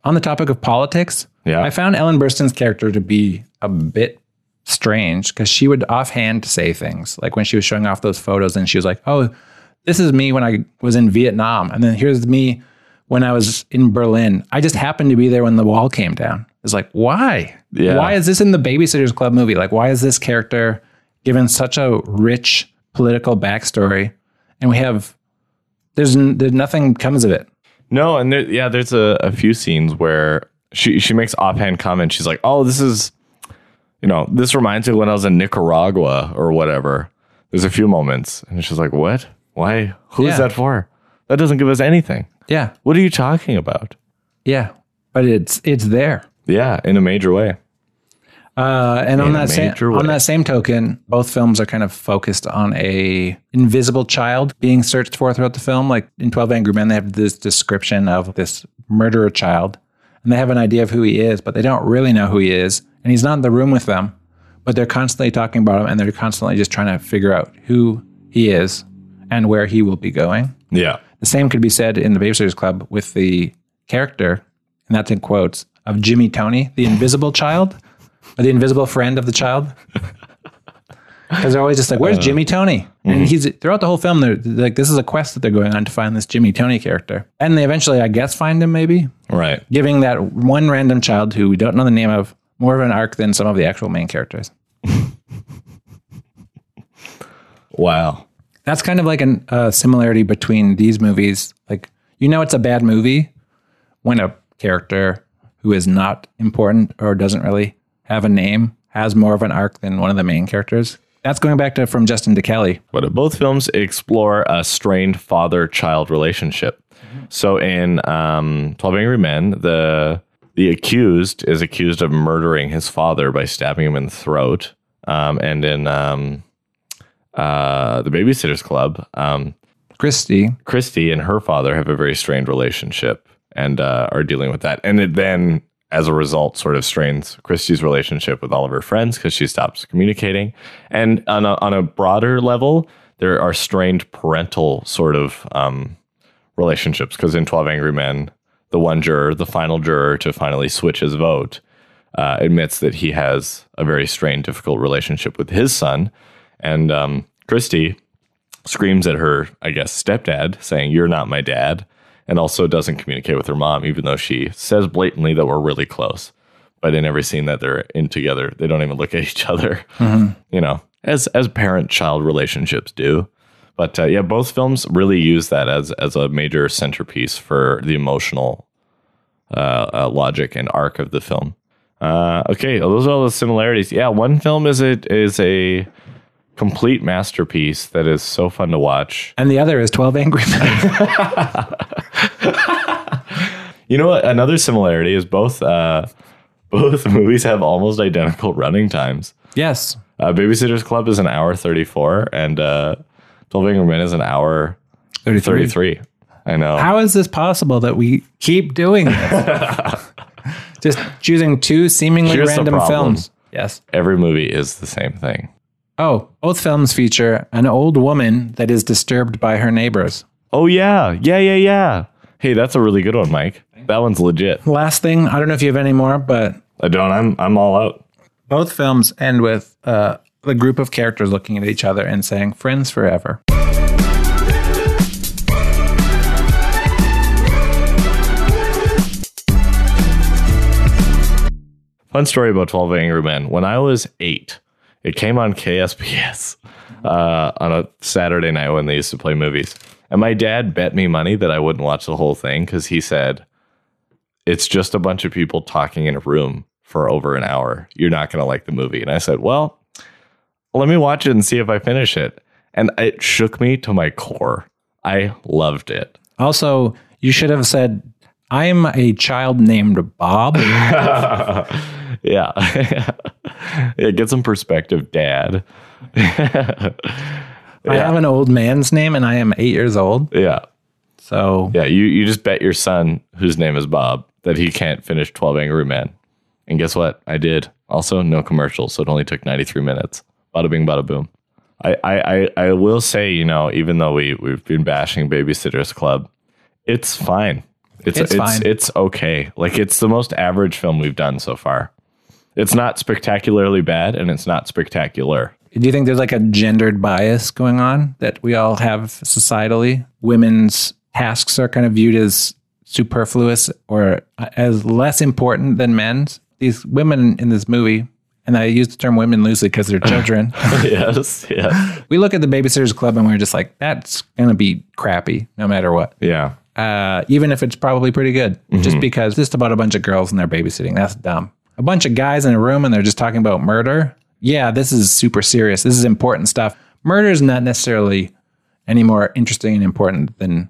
[SPEAKER 2] On the topic of politics,
[SPEAKER 1] Yeah.
[SPEAKER 2] I found Ellen Burstyn's character to be a bit strange because she would offhand say things like when she was showing off those photos and she was like, "Oh, this is me when I was in Vietnam, and then here's me when I was in Berlin. I just happened to be there when the wall came down." It's like, why?
[SPEAKER 1] Yeah.
[SPEAKER 2] Why is this in the Babysitters Club movie? Like, why is this character given such a rich political backstory, and we have there's, n- there's nothing comes of it.
[SPEAKER 1] No, and there, yeah, there's a, a few scenes where she she makes offhand comments. She's like, "Oh, this is, you know, this reminds me of when I was in Nicaragua or whatever." There's a few moments, and she's like, "What? Why? Who is
[SPEAKER 2] Yeah.
[SPEAKER 1] that for? That doesn't give us anything.
[SPEAKER 2] Yeah,
[SPEAKER 1] What are you talking about?"
[SPEAKER 2] yeah, but it's it's there.
[SPEAKER 1] Yeah, in a major way.
[SPEAKER 2] Uh, and on
[SPEAKER 1] In a
[SPEAKER 2] that same
[SPEAKER 1] major
[SPEAKER 2] on
[SPEAKER 1] way.
[SPEAKER 2] that same token, both films are kind of focused on a invisible child being searched for throughout the film. Like in Twelve Angry Men, they have this description of this murderer child, and they have an idea of who he is, but they don't really know who he is, and he's not in the room with them. But they're constantly talking about him, and they're constantly just trying to figure out who he is and where he will be going.
[SPEAKER 1] Yeah,
[SPEAKER 2] The same could be said in the Babysitters Club with the character, and that's in quotes, of Jimmy Tony, the invisible child, or the invisible friend of the child. Because they're always just like, "Where's Jimmy Tony?" And he's throughout the whole film. They're they're like, "This is a quest that they're going on to find this Jimmy Tony character," and they eventually, I guess, find him. Maybe
[SPEAKER 1] right.
[SPEAKER 2] giving that one random child who we don't know the name of more of an arc than some of the actual main characters.
[SPEAKER 1] Wow.
[SPEAKER 2] that's kind of like an- a similarity between these movies. Like you know, it's a bad movie when a character who is not important or doesn't really have a name has more of an arc than one of the main characters. That's going back to from Justin DeKelly.
[SPEAKER 1] But both films explore a strained father-child relationship. So in um, Twelve Angry Men, the the accused is accused of murdering his father by stabbing him in the throat. Um, and in um, uh, the Babysitters Club, um,
[SPEAKER 2] Christy.
[SPEAKER 1] Christy and her father have a very strained relationship and uh, are dealing with that. And it then, as a result, sort of strains Christy's relationship with all of her friends because she stops communicating. And on a, on a broader level, there are strained parental sort of um, relationships because in 12 Angry Men, the one juror, the final juror to finally switch his vote, uh, admits that he has a very strained, difficult relationship with his son. And um, Christy, screams at her, I guess, stepdad, saying, You're not my dad, and also doesn't communicate with her mom, even though she says blatantly that we're really close. But in every scene that they're in together, they don't even look at each other, you know, as as parent child relationships do. But uh, yeah, both films really use that as as a major centerpiece for the emotional uh, uh, logic and arc of the film. Uh, okay, those are all the similarities. Yeah, one film is a is a complete masterpiece that is so fun to watch.
[SPEAKER 2] And the other is 12 Angry Men.
[SPEAKER 1] You know what? Another similarity is both uh, both movies have almost identical running times.
[SPEAKER 2] yes.
[SPEAKER 1] Uh, Babysitter's Club is an hour thirty four, and uh, Twelve Angry Men is an hour
[SPEAKER 2] 33.
[SPEAKER 1] thirty three. I know.
[SPEAKER 2] How is this possible that we keep doing this? Just choosing two seemingly
[SPEAKER 1] Here's the
[SPEAKER 2] random
[SPEAKER 1] problem.
[SPEAKER 2] films. Yes.
[SPEAKER 1] Every movie is the same thing.
[SPEAKER 2] Oh, both films feature an old woman that is disturbed by her neighbors.
[SPEAKER 1] Oh yeah, yeah, yeah, yeah. Hey, that's a really good one, Mike. That one's legit.
[SPEAKER 2] Last thing, I don't know if you have any more, but
[SPEAKER 1] I don't. I'm I'm all out.
[SPEAKER 2] both films end with uh, the group of characters looking at each other and saying "friends forever."
[SPEAKER 1] Fun story about 12 Angry Men. When I was eight, it came on KSPS uh, on a Saturday night when they used to play movies. And my dad bet me money that I wouldn't watch the whole thing because he said, It's just a bunch of people talking in a room for over an hour. You're not going to like the movie. And I said, Well, let me watch it and see if I finish it. And it shook me to my core. I loved it.
[SPEAKER 2] Also, you should have said, "I'm a child named Bob."
[SPEAKER 1] Yeah. yeah. Get some perspective, dad.
[SPEAKER 2] I have an old man's name, and I am eight years old.
[SPEAKER 1] Yeah.
[SPEAKER 2] So
[SPEAKER 1] Yeah, you, you just bet your son, whose name is Bob, that he can't finish 12 Angry Men. And guess what? I did. Also, no commercials, so it only took 93 minutes. Bada bing, bada boom. I, I, I, I will say, you know, even though we, we've been bashing Babysitter's Club, it's fine. It's
[SPEAKER 2] It's
[SPEAKER 1] it's, it's,
[SPEAKER 2] fine.
[SPEAKER 1] okay. Like, it's the most average film we've done so far. It's not spectacularly bad, and it's not spectacular.
[SPEAKER 2] Do you think there's like a gendered bias going on that we all have societally? Women's tasks are kind of viewed as superfluous or uh, as less important than men's. These women in this movie, and I use the term women loosely because they're children.
[SPEAKER 1] yes. Yeah.
[SPEAKER 2] we look at the Babysitters Club and we're just like, that's going to be crappy no matter what.
[SPEAKER 1] Yeah.
[SPEAKER 2] Uh, even if it's probably pretty good, just because it's just about a bunch of girls and they're babysitting. That's dumb. A bunch of guys in a room and they're just talking about murder. Yeah, this is super serious. This is important stuff. Murder is not necessarily any more interesting and important than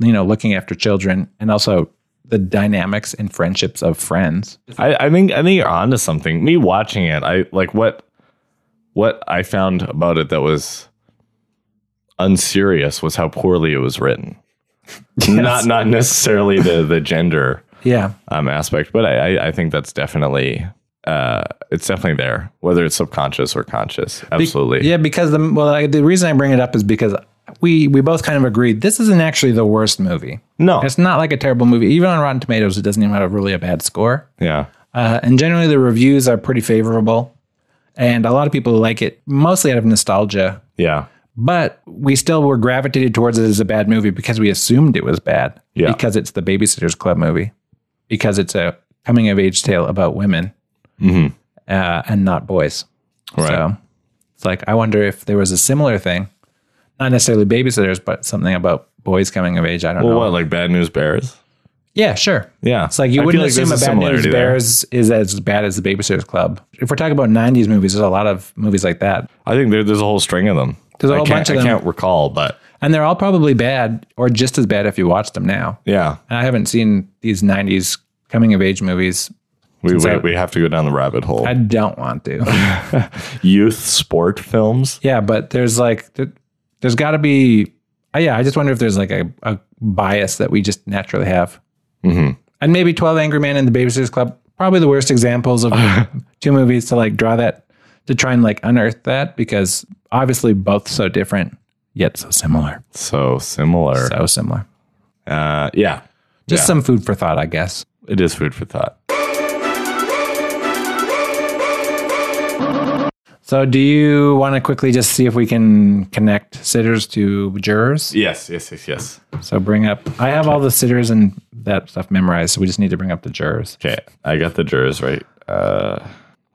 [SPEAKER 2] you know looking after children and also the dynamics and friendships of friends.
[SPEAKER 1] I, I think I think you're onto something. Me watching it, I like what what I found about it that was unserious was how poorly it was written. Not not necessarily the the gender
[SPEAKER 2] Yeah,
[SPEAKER 1] um, aspect, but I, I I think that's definitely uh it's definitely there, whether it's subconscious or conscious. Absolutely.
[SPEAKER 2] yeah. Because the well, I, the reason I bring it up is because we we both kind of agreed this isn't actually the worst movie.
[SPEAKER 1] No.
[SPEAKER 2] It's not like a terrible movie. Even on Rotten Tomatoes, it doesn't even have really a bad score.
[SPEAKER 1] Yeah.
[SPEAKER 2] Uh, and generally, the reviews are pretty favorable. And a lot of people like it, mostly out of nostalgia.
[SPEAKER 1] Yeah.
[SPEAKER 2] But we still were gravitated towards it as a bad movie because we assumed it was bad.
[SPEAKER 1] Yeah.
[SPEAKER 2] Because it's the Babysitter's Club movie, because it's a coming of age tale about women uh, and not boys.
[SPEAKER 1] Mm-hmm. Right.
[SPEAKER 2] So it's like, I wonder if there was a similar thing, not necessarily babysitters, but something about boys coming of age. I don't
[SPEAKER 1] Well,
[SPEAKER 2] know.
[SPEAKER 1] what like bad news bears?
[SPEAKER 2] Yeah, sure.
[SPEAKER 1] Yeah.
[SPEAKER 2] It's like you
[SPEAKER 1] I
[SPEAKER 2] wouldn't
[SPEAKER 1] feel like
[SPEAKER 2] assume a
[SPEAKER 1] there's a
[SPEAKER 2] Bad News
[SPEAKER 1] similarity there.
[SPEAKER 2] Bears is as bad as the Babysitter's Club. If we're talking about 90s movies, there's a lot of movies like that.
[SPEAKER 1] I think there, there's a whole string of them.
[SPEAKER 2] There's a whole
[SPEAKER 1] I can't,
[SPEAKER 2] bunch of
[SPEAKER 1] I
[SPEAKER 2] them.
[SPEAKER 1] can't recall, but
[SPEAKER 2] And they're all probably bad or just as bad if you watch them now.
[SPEAKER 1] yeah.
[SPEAKER 2] And I haven't seen these 90s coming of age movies.
[SPEAKER 1] We, we,
[SPEAKER 2] I-
[SPEAKER 1] we have to go down the rabbit hole.
[SPEAKER 2] I don't want to.
[SPEAKER 1] youth sport films.
[SPEAKER 2] yeah, but there's like, th- there's got to be Uh, yeah, I just wonder if there's like a, a bias that we just naturally have.
[SPEAKER 1] Mhm.
[SPEAKER 2] And maybe 12 Angry Men and The Babysitter's Club, probably the worst examples of two movies to like draw that, to try and like unearth that because obviously both so different, yet so similar.
[SPEAKER 1] So similar.
[SPEAKER 2] So similar.
[SPEAKER 1] Uh, yeah,
[SPEAKER 2] Just
[SPEAKER 1] Yeah.
[SPEAKER 2] some food for thought, I guess.
[SPEAKER 1] it is food for thought.
[SPEAKER 2] So, do you want to quickly just see if we can connect sitters to jurors?
[SPEAKER 1] Yes, yes, yes, yes.
[SPEAKER 2] So, bring up. I have all the sitters and that stuff memorized, so we just need to bring up the jurors.
[SPEAKER 1] Okay, I got the jurors right. Uh,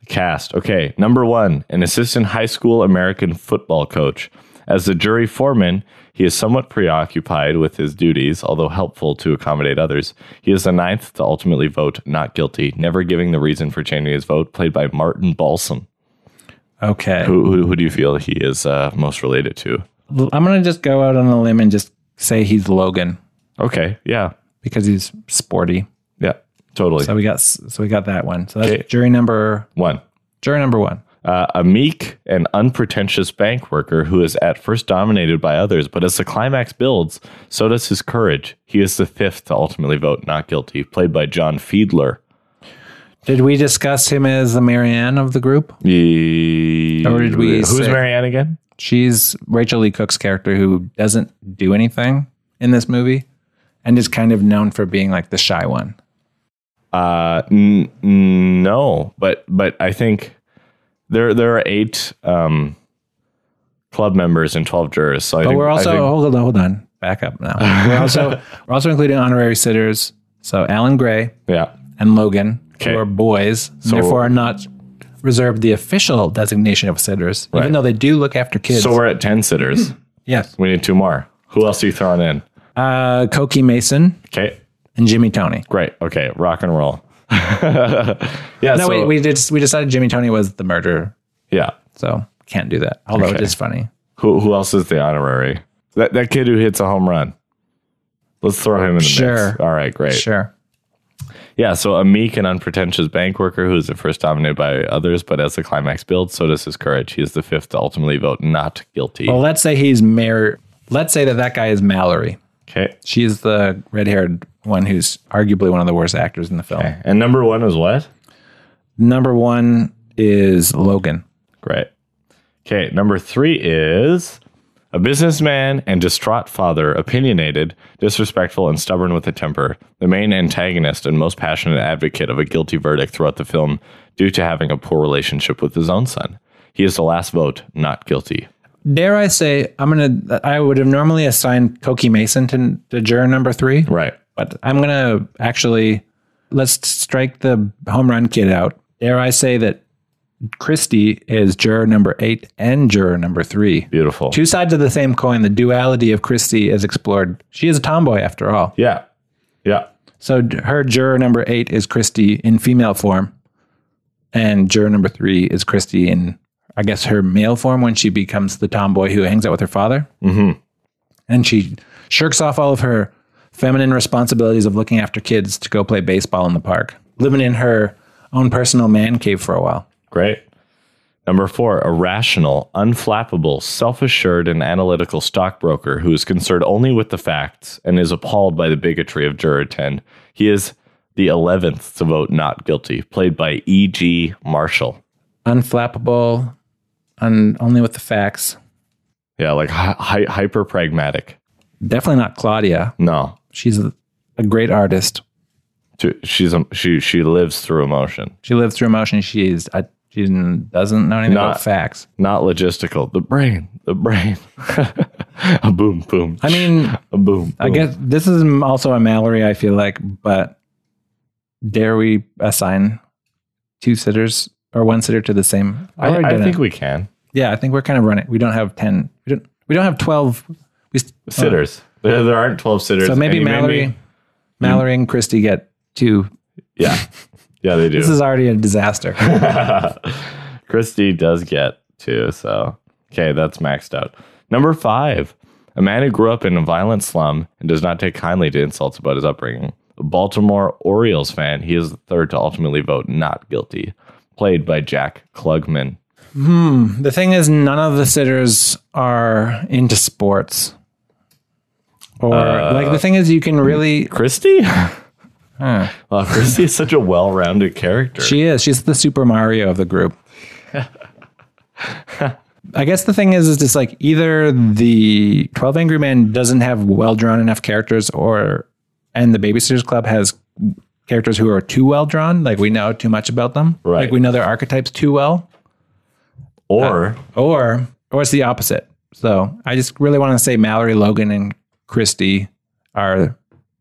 [SPEAKER 1] cast. Okay, number one, an assistant high school American football coach. As the jury foreman, he is somewhat preoccupied with his duties, although helpful to accommodate others. He is the ninth to ultimately vote not guilty, never giving the reason for changing his vote, played by Martin Balsam.
[SPEAKER 2] Okay.
[SPEAKER 1] Who, who, who do you feel he is uh, most related to?
[SPEAKER 2] I'm going to just go out on a limb and just say he's Logan
[SPEAKER 1] Okay, yeah,
[SPEAKER 2] because he's sporty.
[SPEAKER 1] yeah, totally.
[SPEAKER 2] So we got so we got that one. So that's
[SPEAKER 1] Okay.
[SPEAKER 2] jury number
[SPEAKER 1] one.
[SPEAKER 2] jury number 1.
[SPEAKER 1] uh, a meek and unpretentious bank worker who is at first dominated by others, but as the climax builds, so does his courage. He is the fifth to ultimately vote not guilty, played by John Fiedler.
[SPEAKER 2] Did we discuss him as the Marianne of the group? Or did we
[SPEAKER 1] Who's
[SPEAKER 2] say-
[SPEAKER 1] Marianne again?
[SPEAKER 2] She's Rachel Lee Cook's character who doesn't do anything in this movie and is kind of known for being like the shy one.
[SPEAKER 1] Uh, n- n- no, but but I think there there are eight um, club members and twelve jurors. So I
[SPEAKER 2] But
[SPEAKER 1] think,
[SPEAKER 2] we're
[SPEAKER 1] I
[SPEAKER 2] also
[SPEAKER 1] think-
[SPEAKER 2] hold on, hold on. Back up now. We're also we're also including honorary sitters. So Alan Gray
[SPEAKER 1] yeah.
[SPEAKER 2] and Logan,
[SPEAKER 1] Okay.
[SPEAKER 2] who are boys, and therefore are not reserved the official designation of sitters,
[SPEAKER 1] Right.
[SPEAKER 2] even though they do look after kids.
[SPEAKER 1] So we're at ten sitters.
[SPEAKER 2] yes,
[SPEAKER 1] we need two more. Who else are you throwing in?
[SPEAKER 2] uh, Cokie Mason
[SPEAKER 1] Okay,
[SPEAKER 2] and Jimmy Tony.
[SPEAKER 1] Great. Okay. Rock and roll. yeah.
[SPEAKER 2] No,
[SPEAKER 1] so,
[SPEAKER 2] wait, we did we decided Jimmy Tony was the murderer,
[SPEAKER 1] yeah.
[SPEAKER 2] so can't do that. Although it
[SPEAKER 1] Okay.
[SPEAKER 2] is funny.
[SPEAKER 1] Who who else is the honorary? That that kid who hits a home run. Let's throw him in the
[SPEAKER 2] Sure.
[SPEAKER 1] mix. All right. Great.
[SPEAKER 2] Sure.
[SPEAKER 1] Yeah. So a meek and unpretentious bank worker who is at first dominated by others, but as the climax builds, so does his courage. He is the fifth to ultimately vote not guilty.
[SPEAKER 2] Well, let's say he's Mar. Let's say that that guy is Mallory.
[SPEAKER 1] Okay.
[SPEAKER 2] She is the red-haired one who's arguably one of the worst actors in the film.
[SPEAKER 1] And number one is what?
[SPEAKER 2] Number one is Logan.
[SPEAKER 1] Great. Okay, number three is a businessman and distraught father, opinionated, disrespectful, and stubborn with a temper, the main antagonist and most passionate advocate of a guilty verdict throughout the film due to having a poor relationship with his own son. He is the last vote, not guilty.
[SPEAKER 2] dare I say, I'm gonna. I would have normally assigned Cokie Mason to, to juror number three,
[SPEAKER 1] Right.
[SPEAKER 2] but I'm gonna actually let's strike the home run kid out. Dare I say that Christie is juror number eight and juror number three.
[SPEAKER 1] Beautiful.
[SPEAKER 2] Two sides of the same coin. The duality of Christie is explored. She is a tomboy after all.
[SPEAKER 1] Yeah. Yeah.
[SPEAKER 2] So d- her juror number eight is Christie in female form, and juror number three is Christie in, I guess, her male form when she becomes the tomboy who hangs out with her father. Mm-hmm. And she shirks off all of her feminine responsibilities of looking after kids to go play baseball in the park, living in her own personal man cave for a while.
[SPEAKER 1] Great. Number four, a rational, unflappable, self assured, and analytical stockbroker who is concerned only with the facts and is appalled by the bigotry of Juror 10. He is the 11th to vote not guilty, played by E.G. Marshall.
[SPEAKER 2] Unflappable, un- only with the facts.
[SPEAKER 1] Yeah, like hi- hi- hyper pragmatic.
[SPEAKER 2] Definitely not Claudia.
[SPEAKER 1] No,
[SPEAKER 2] She's a, a great artist.
[SPEAKER 1] To- she's a, she, she lives through emotion,
[SPEAKER 2] She lives through emotion. She's uh, she doesn't know anything
[SPEAKER 1] Not-
[SPEAKER 2] about facts.
[SPEAKER 1] not logistical. The brain, the brain. a boom, boom.
[SPEAKER 2] I mean,
[SPEAKER 1] a boom.
[SPEAKER 2] I
[SPEAKER 1] boom.
[SPEAKER 2] guess this is m- also a Mallory. I feel like, but dare we assign two sitters or one sitter to the same?
[SPEAKER 1] I,
[SPEAKER 2] or
[SPEAKER 1] I
[SPEAKER 2] didn't?
[SPEAKER 1] think we can.
[SPEAKER 2] yeah, I think we're kind of running. We don't have ten. We don't. We don't have twelve. We, s- uh,
[SPEAKER 1] Sitters. There, there aren't 12 sitters.
[SPEAKER 2] so maybe
[SPEAKER 1] and you made me-
[SPEAKER 2] Mallory, Mallory and Christy get two.
[SPEAKER 1] Yeah. Yeah, they do.
[SPEAKER 2] This is already a disaster.
[SPEAKER 1] Christy does get two, so okay, that's maxed out. Number five, a man who grew up in a violent slum and does not take kindly to insults about his upbringing. A Baltimore Orioles fan, he is the third to ultimately vote not guilty, played by Jack Klugman.
[SPEAKER 2] the thing is, none of the sitters are into sports. Or like the thing is, you can really.
[SPEAKER 1] Christy?
[SPEAKER 2] Huh.
[SPEAKER 1] Wow, Christy is such a well rounded character.
[SPEAKER 2] She is. She's the Super Mario of the group. I guess the thing is, is it's like either the Twelve Angry Men doesn't have well drawn enough characters, or and the Babysitters Club has characters who are too well drawn. Like we know too much about them.
[SPEAKER 1] Right.
[SPEAKER 2] Like we know their archetypes too well.
[SPEAKER 1] or
[SPEAKER 2] Or or it's the opposite. So I just really want to say Mallory, Logan, and Christy are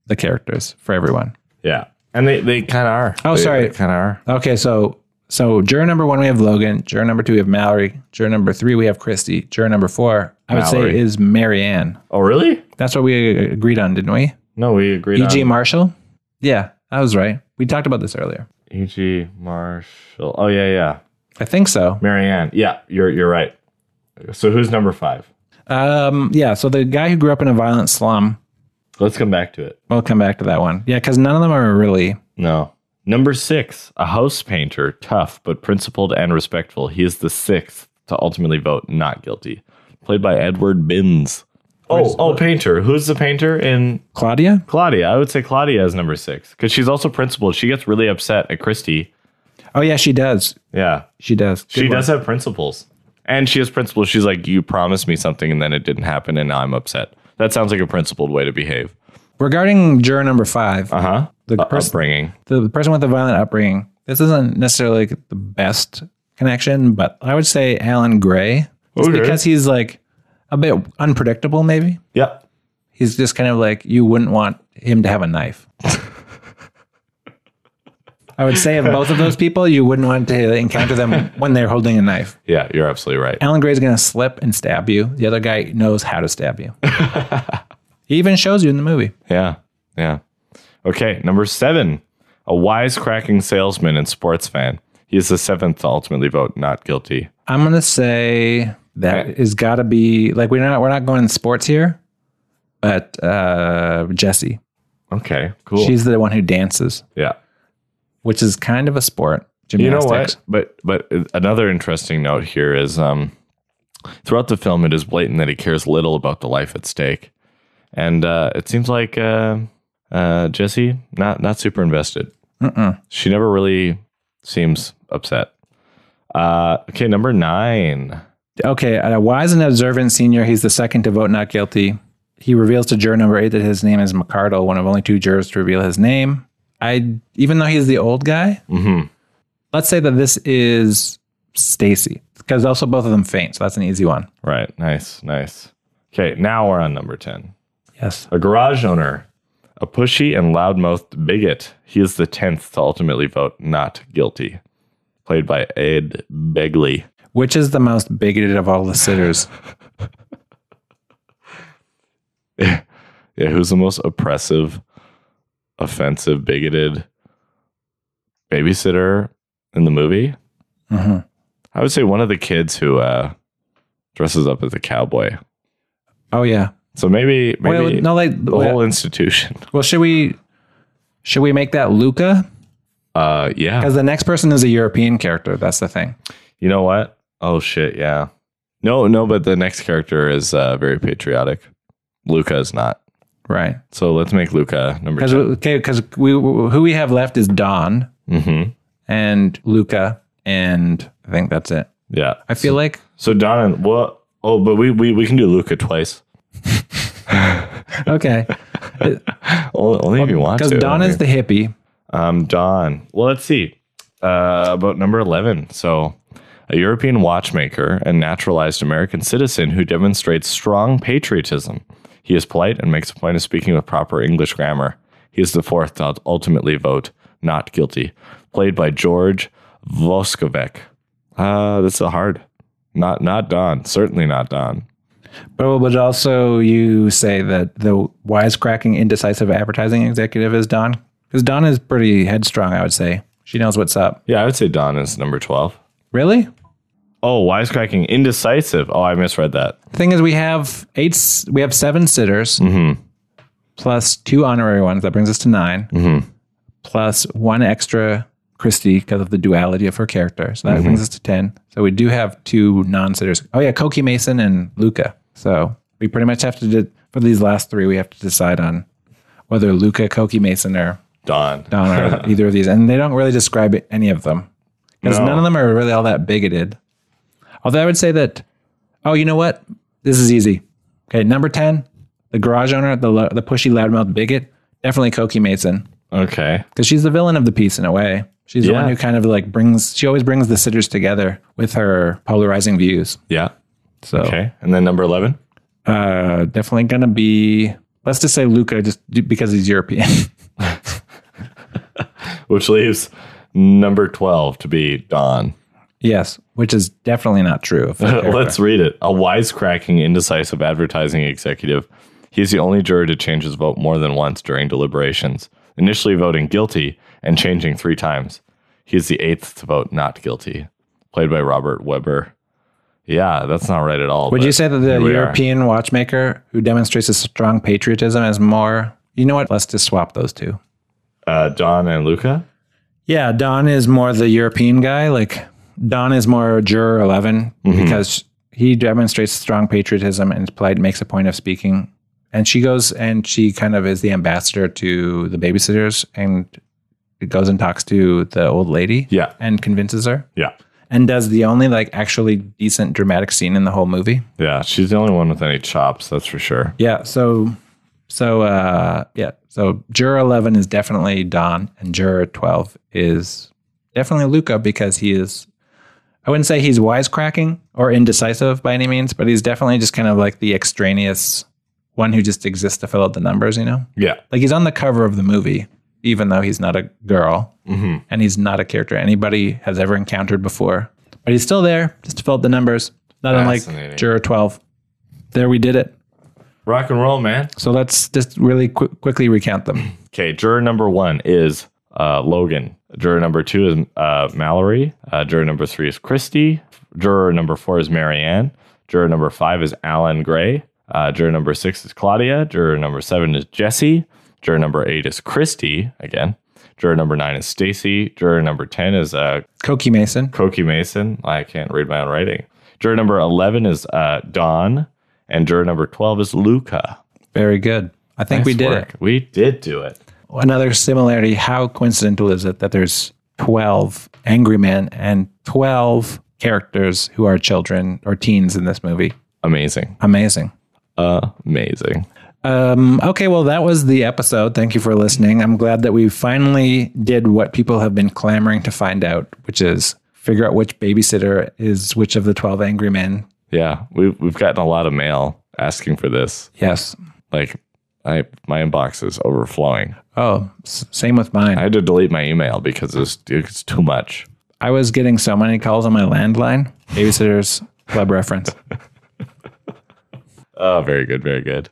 [SPEAKER 2] the characters for everyone.
[SPEAKER 1] yeah. And they, they kinda are.
[SPEAKER 2] Oh,
[SPEAKER 1] They-
[SPEAKER 2] sorry.
[SPEAKER 1] They kinda are.
[SPEAKER 2] Okay, so so juror number one we have Logan. Juror number two we have Mallory. Juror number three we have Christy. Juror number four I would
[SPEAKER 1] Mallory.
[SPEAKER 2] say is Marianne.
[SPEAKER 1] Oh really?
[SPEAKER 2] That's what we uh, agreed on, didn't we?
[SPEAKER 1] No, we agreed
[SPEAKER 2] E.G.
[SPEAKER 1] on
[SPEAKER 2] Marshall. Yeah, I was right. We talked about this earlier.
[SPEAKER 1] E.G. E Marshall. Oh yeah, yeah.
[SPEAKER 2] I think so.
[SPEAKER 1] Marianne. Yeah, you're you're right. So who's number five?
[SPEAKER 2] Um, yeah. So the guy who grew up in a violent slum.
[SPEAKER 1] Let's come back to it.
[SPEAKER 2] We'll come back to that one. Yeah, because none of them are really.
[SPEAKER 1] No. Number six, a house painter, tough but principled and respectful. He is the sixth to ultimately vote not guilty. Played by Edward Binns. Oh, oh, painter. Who's the painter in
[SPEAKER 2] Claudia.
[SPEAKER 1] Claudia? I would say Claudia is number six because she's also principled. She gets really upset at Christy.
[SPEAKER 2] Oh yeah, she does.
[SPEAKER 1] Yeah,
[SPEAKER 2] She does.
[SPEAKER 1] she does have principles, and she has principles. She's like, you promised me something, and then it didn't happen, and now I'm upset. That sounds like a principled way to behave.
[SPEAKER 2] Regarding juror number five,
[SPEAKER 1] Uh huh.
[SPEAKER 2] The
[SPEAKER 1] The
[SPEAKER 2] pers-
[SPEAKER 1] upbringing.
[SPEAKER 2] the, the person with the violent upbringing. This isn't necessarily like, the best connection, but I would say Alan Gray, just
[SPEAKER 1] Okay.
[SPEAKER 2] because he's like a bit unpredictable. Maybe
[SPEAKER 1] Yep.
[SPEAKER 2] he's just kind of like you wouldn't want him to have a knife. I would say of both of those people, you wouldn't want to encounter them when they're holding a knife.
[SPEAKER 1] Yeah, you're absolutely right.
[SPEAKER 2] Alan Gray's going to slip and stab you. The other guy knows how to stab you. he even shows you in the movie.
[SPEAKER 1] Yeah. Yeah. Okay. Number seven, a wisecracking salesman and sports fan. He is the seventh to ultimately vote not guilty.
[SPEAKER 2] I'm gonna say that is gotta be like we're not we're not going sports here, but uh Jessie.
[SPEAKER 1] Okay. Cool.
[SPEAKER 2] She's the one who dances,
[SPEAKER 1] yeah.
[SPEAKER 2] which is kind of a sport.
[SPEAKER 1] You know
[SPEAKER 2] Gymnastics.
[SPEAKER 1] what? But but another interesting note here is um, throughout the film, it is blatant that he cares little about the life at stake, and uh, it seems like uh, uh, Jesse not not super invested. She never really seems upset. Uh, okay, number nine.
[SPEAKER 2] Okay, a wise and observant senior, he's the second to vote not guilty. He reveals to juror number eight that his name is McCardle, one of only two jurors to reveal his name. I even though he's the old guy,
[SPEAKER 1] Mhm.
[SPEAKER 2] let's say that this is Stacy. Because also both of them faint, so that's an easy one.
[SPEAKER 1] Right. Nice. Nice. Okay. Now we're on number 10.
[SPEAKER 2] Yes.
[SPEAKER 1] A garage owner, a pushy and loudmouthed bigot. He is the 10th to ultimately vote not guilty. Played by Ed Begley.
[SPEAKER 2] Which is the most bigoted of all the sitters?
[SPEAKER 1] Yeah. Who's the most oppressive, offensive, bigoted babysitter in the movie?
[SPEAKER 2] Mm-hmm.
[SPEAKER 1] I would say one of the kids who uh, dresses up as a cowboy.
[SPEAKER 2] Oh yeah.
[SPEAKER 1] So maybe, maybe
[SPEAKER 2] Well, no, like
[SPEAKER 1] the whole institution.
[SPEAKER 2] well, should we should we make that Luca?
[SPEAKER 1] Uh, yeah.
[SPEAKER 2] Because the next person is a European character. That's the thing.
[SPEAKER 1] You know what? Oh shit, yeah. No, no, but the next character is uh, very patriotic. Luca is not.
[SPEAKER 2] Right.
[SPEAKER 1] So let's make Luca number
[SPEAKER 2] Because
[SPEAKER 1] two.
[SPEAKER 2] okay, because we who we have left is Don
[SPEAKER 1] Mm-hmm.
[SPEAKER 2] and Luca, and I think that's it.
[SPEAKER 1] Yeah.
[SPEAKER 2] I feel like
[SPEAKER 1] So Don and well, oh, but we we, we can do Luca twice.
[SPEAKER 2] okay,
[SPEAKER 1] Only, only if you want to.
[SPEAKER 2] because Don
[SPEAKER 1] I
[SPEAKER 2] is the hippie.
[SPEAKER 1] mean. um Don. Well, let's see. Uh, about number eleven. So. A European watchmaker and naturalized American citizen who demonstrates strong patriotism. He is polite and makes a point of speaking with proper English grammar. He is the fourth to ultimately vote not guilty, played by George Voskovec. Uh, that's a hard. Not not Don. Certainly not Don.
[SPEAKER 2] But but also you say that the wisecracking, indecisive advertising executive is Don because Don is pretty headstrong. I would say she knows what's up.
[SPEAKER 1] Yeah, I would say Don is number twelve.
[SPEAKER 2] Really,
[SPEAKER 1] Oh, wisecracking, indecisive. Oh, I misread that.
[SPEAKER 2] thing is we have eight s- we have seven sitters plus two honorary ones that brings us to 9 plus one extra christy because of the duality of her character so that brings us to 10 so we do have two non-sitters oh yeah koki mason and luca so we pretty much have to do, for these last three, we have to decide on whether Luca, Koki Mason, or
[SPEAKER 1] Don.
[SPEAKER 2] Don are either of these. And they don't really describe it- any of them because
[SPEAKER 1] No.
[SPEAKER 2] none of them are really all that bigoted. Although I would say that, oh, you know what? This is easy. Okay, number 10, the garage owner, the, lo- the pushy loudmouth bigot, definitely Koki Mason
[SPEAKER 1] Okay.
[SPEAKER 2] because she's the villain of the piece in a way. She's the
[SPEAKER 1] Yeah.
[SPEAKER 2] one who kind of like brings, she always brings the sitters together with her polarizing views.
[SPEAKER 1] Yeah.
[SPEAKER 2] So
[SPEAKER 1] Okay. And then number 11?
[SPEAKER 2] uh, definitely going to be, let's just say Luca, just d- because he's European.
[SPEAKER 1] which leaves number 12 to be Don.
[SPEAKER 2] yes, which is definitely not true. of the character.
[SPEAKER 1] Let's read it. A wisecracking, indecisive advertising executive. He's the only juror to change his vote more than once during deliberations, initially voting guilty and changing three times. He's the eighth to vote not guilty, played by Robert Weber. Yeah, that's not right at all.
[SPEAKER 2] Would
[SPEAKER 1] but
[SPEAKER 2] you say that the
[SPEAKER 1] here we are.
[SPEAKER 2] European watchmaker who demonstrates a strong patriotism is more, you know what? Let's just swap those two.
[SPEAKER 1] uh, Don and Luca?
[SPEAKER 2] Yeah, Don is more the European guy. Like Don is more juror 11 because he demonstrates strong patriotism and is polite, makes a point of speaking. And she goes and she kind of is the ambassador to the babysitters and goes and talks to the old lady
[SPEAKER 1] Yeah.
[SPEAKER 2] and convinces her
[SPEAKER 1] Yeah.
[SPEAKER 2] and does the only like actually decent dramatic scene in the whole movie.
[SPEAKER 1] Yeah. She's the only one with any chops, that's for sure.
[SPEAKER 2] Yeah. So, so, uh, yeah. So, juror 11 is definitely Don, and juror 12 is definitely Luca because he is, I wouldn't say he's wisecracking or indecisive by any means, but he's definitely just kind of like the extraneous one who just exists to fill out the numbers, you know?
[SPEAKER 1] Yeah.
[SPEAKER 2] Like, he's on the cover of the movie, even though he's not a girl and he's not a character anybody has ever encountered before, but he's still there just to fill out the numbers, not unlike
[SPEAKER 1] Fascinating.
[SPEAKER 2] juror 12. There we did it.
[SPEAKER 1] Rock and roll, man.
[SPEAKER 2] So let's just really qu- quickly recount them.
[SPEAKER 1] Okay, juror number one is uh, Logan. Juror number two is uh, Mallory. Uh, juror number three is Christy. Juror number four is Marianne. Juror number five is Alan Gray. Uh, juror number six is Claudia. Juror number seven is Jesse. Juror number eight is Christy again. Juror number nine is Stacy. Juror number ten is uh,
[SPEAKER 2] Koki Mason,
[SPEAKER 1] Cokie Mason. I can't read my own writing. Juror number eleven is uh, Don, and juror number twelve is Luca.
[SPEAKER 2] very good. I think we
[SPEAKER 1] Nice
[SPEAKER 2] did
[SPEAKER 1] work. We did do it.
[SPEAKER 2] it. Another similarity. How coincidental is it that there's twelve angry men and twelve characters who are children or teens in this movie?
[SPEAKER 1] Amazing.
[SPEAKER 2] Amazing.
[SPEAKER 1] Amazing.
[SPEAKER 2] Um, okay, well, that was the episode. Thank you for listening. I'm glad that we finally did what people have been clamoring to find out, which is figure out which babysitter is which of the 12 angry men.
[SPEAKER 1] Yeah, we've we've gotten a lot of mail asking for this.
[SPEAKER 2] Yes.
[SPEAKER 1] Like, I my inbox is overflowing.
[SPEAKER 2] Oh, s- same with mine.
[SPEAKER 1] I had to delete my email because it's it's too much.
[SPEAKER 2] I was getting so many calls on my landline. Babysitters Club reference.
[SPEAKER 1] Oh, very good, very good.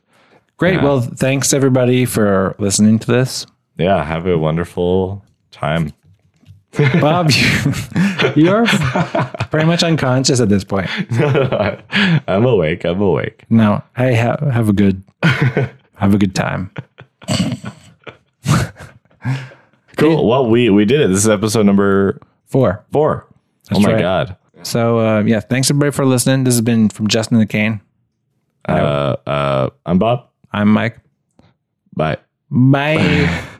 [SPEAKER 2] Great. Well, thanks everybody for listening to this.
[SPEAKER 1] Yeah, have a wonderful time.
[SPEAKER 2] Bob, you, you're pretty much unconscious at this point.
[SPEAKER 1] I'm awake. I'm awake.
[SPEAKER 2] No, I have have a good have a good time.
[SPEAKER 1] Cool. Well, we we did it. This is episode number
[SPEAKER 2] Four.
[SPEAKER 1] four. oh my
[SPEAKER 2] right.
[SPEAKER 1] god.
[SPEAKER 2] So uh, yeah, thanks everybody for listening. This has been from Justin the Cane.
[SPEAKER 1] Uh, uh, I'm Bob.
[SPEAKER 2] I'm Mike.
[SPEAKER 1] Bye.
[SPEAKER 2] Bye.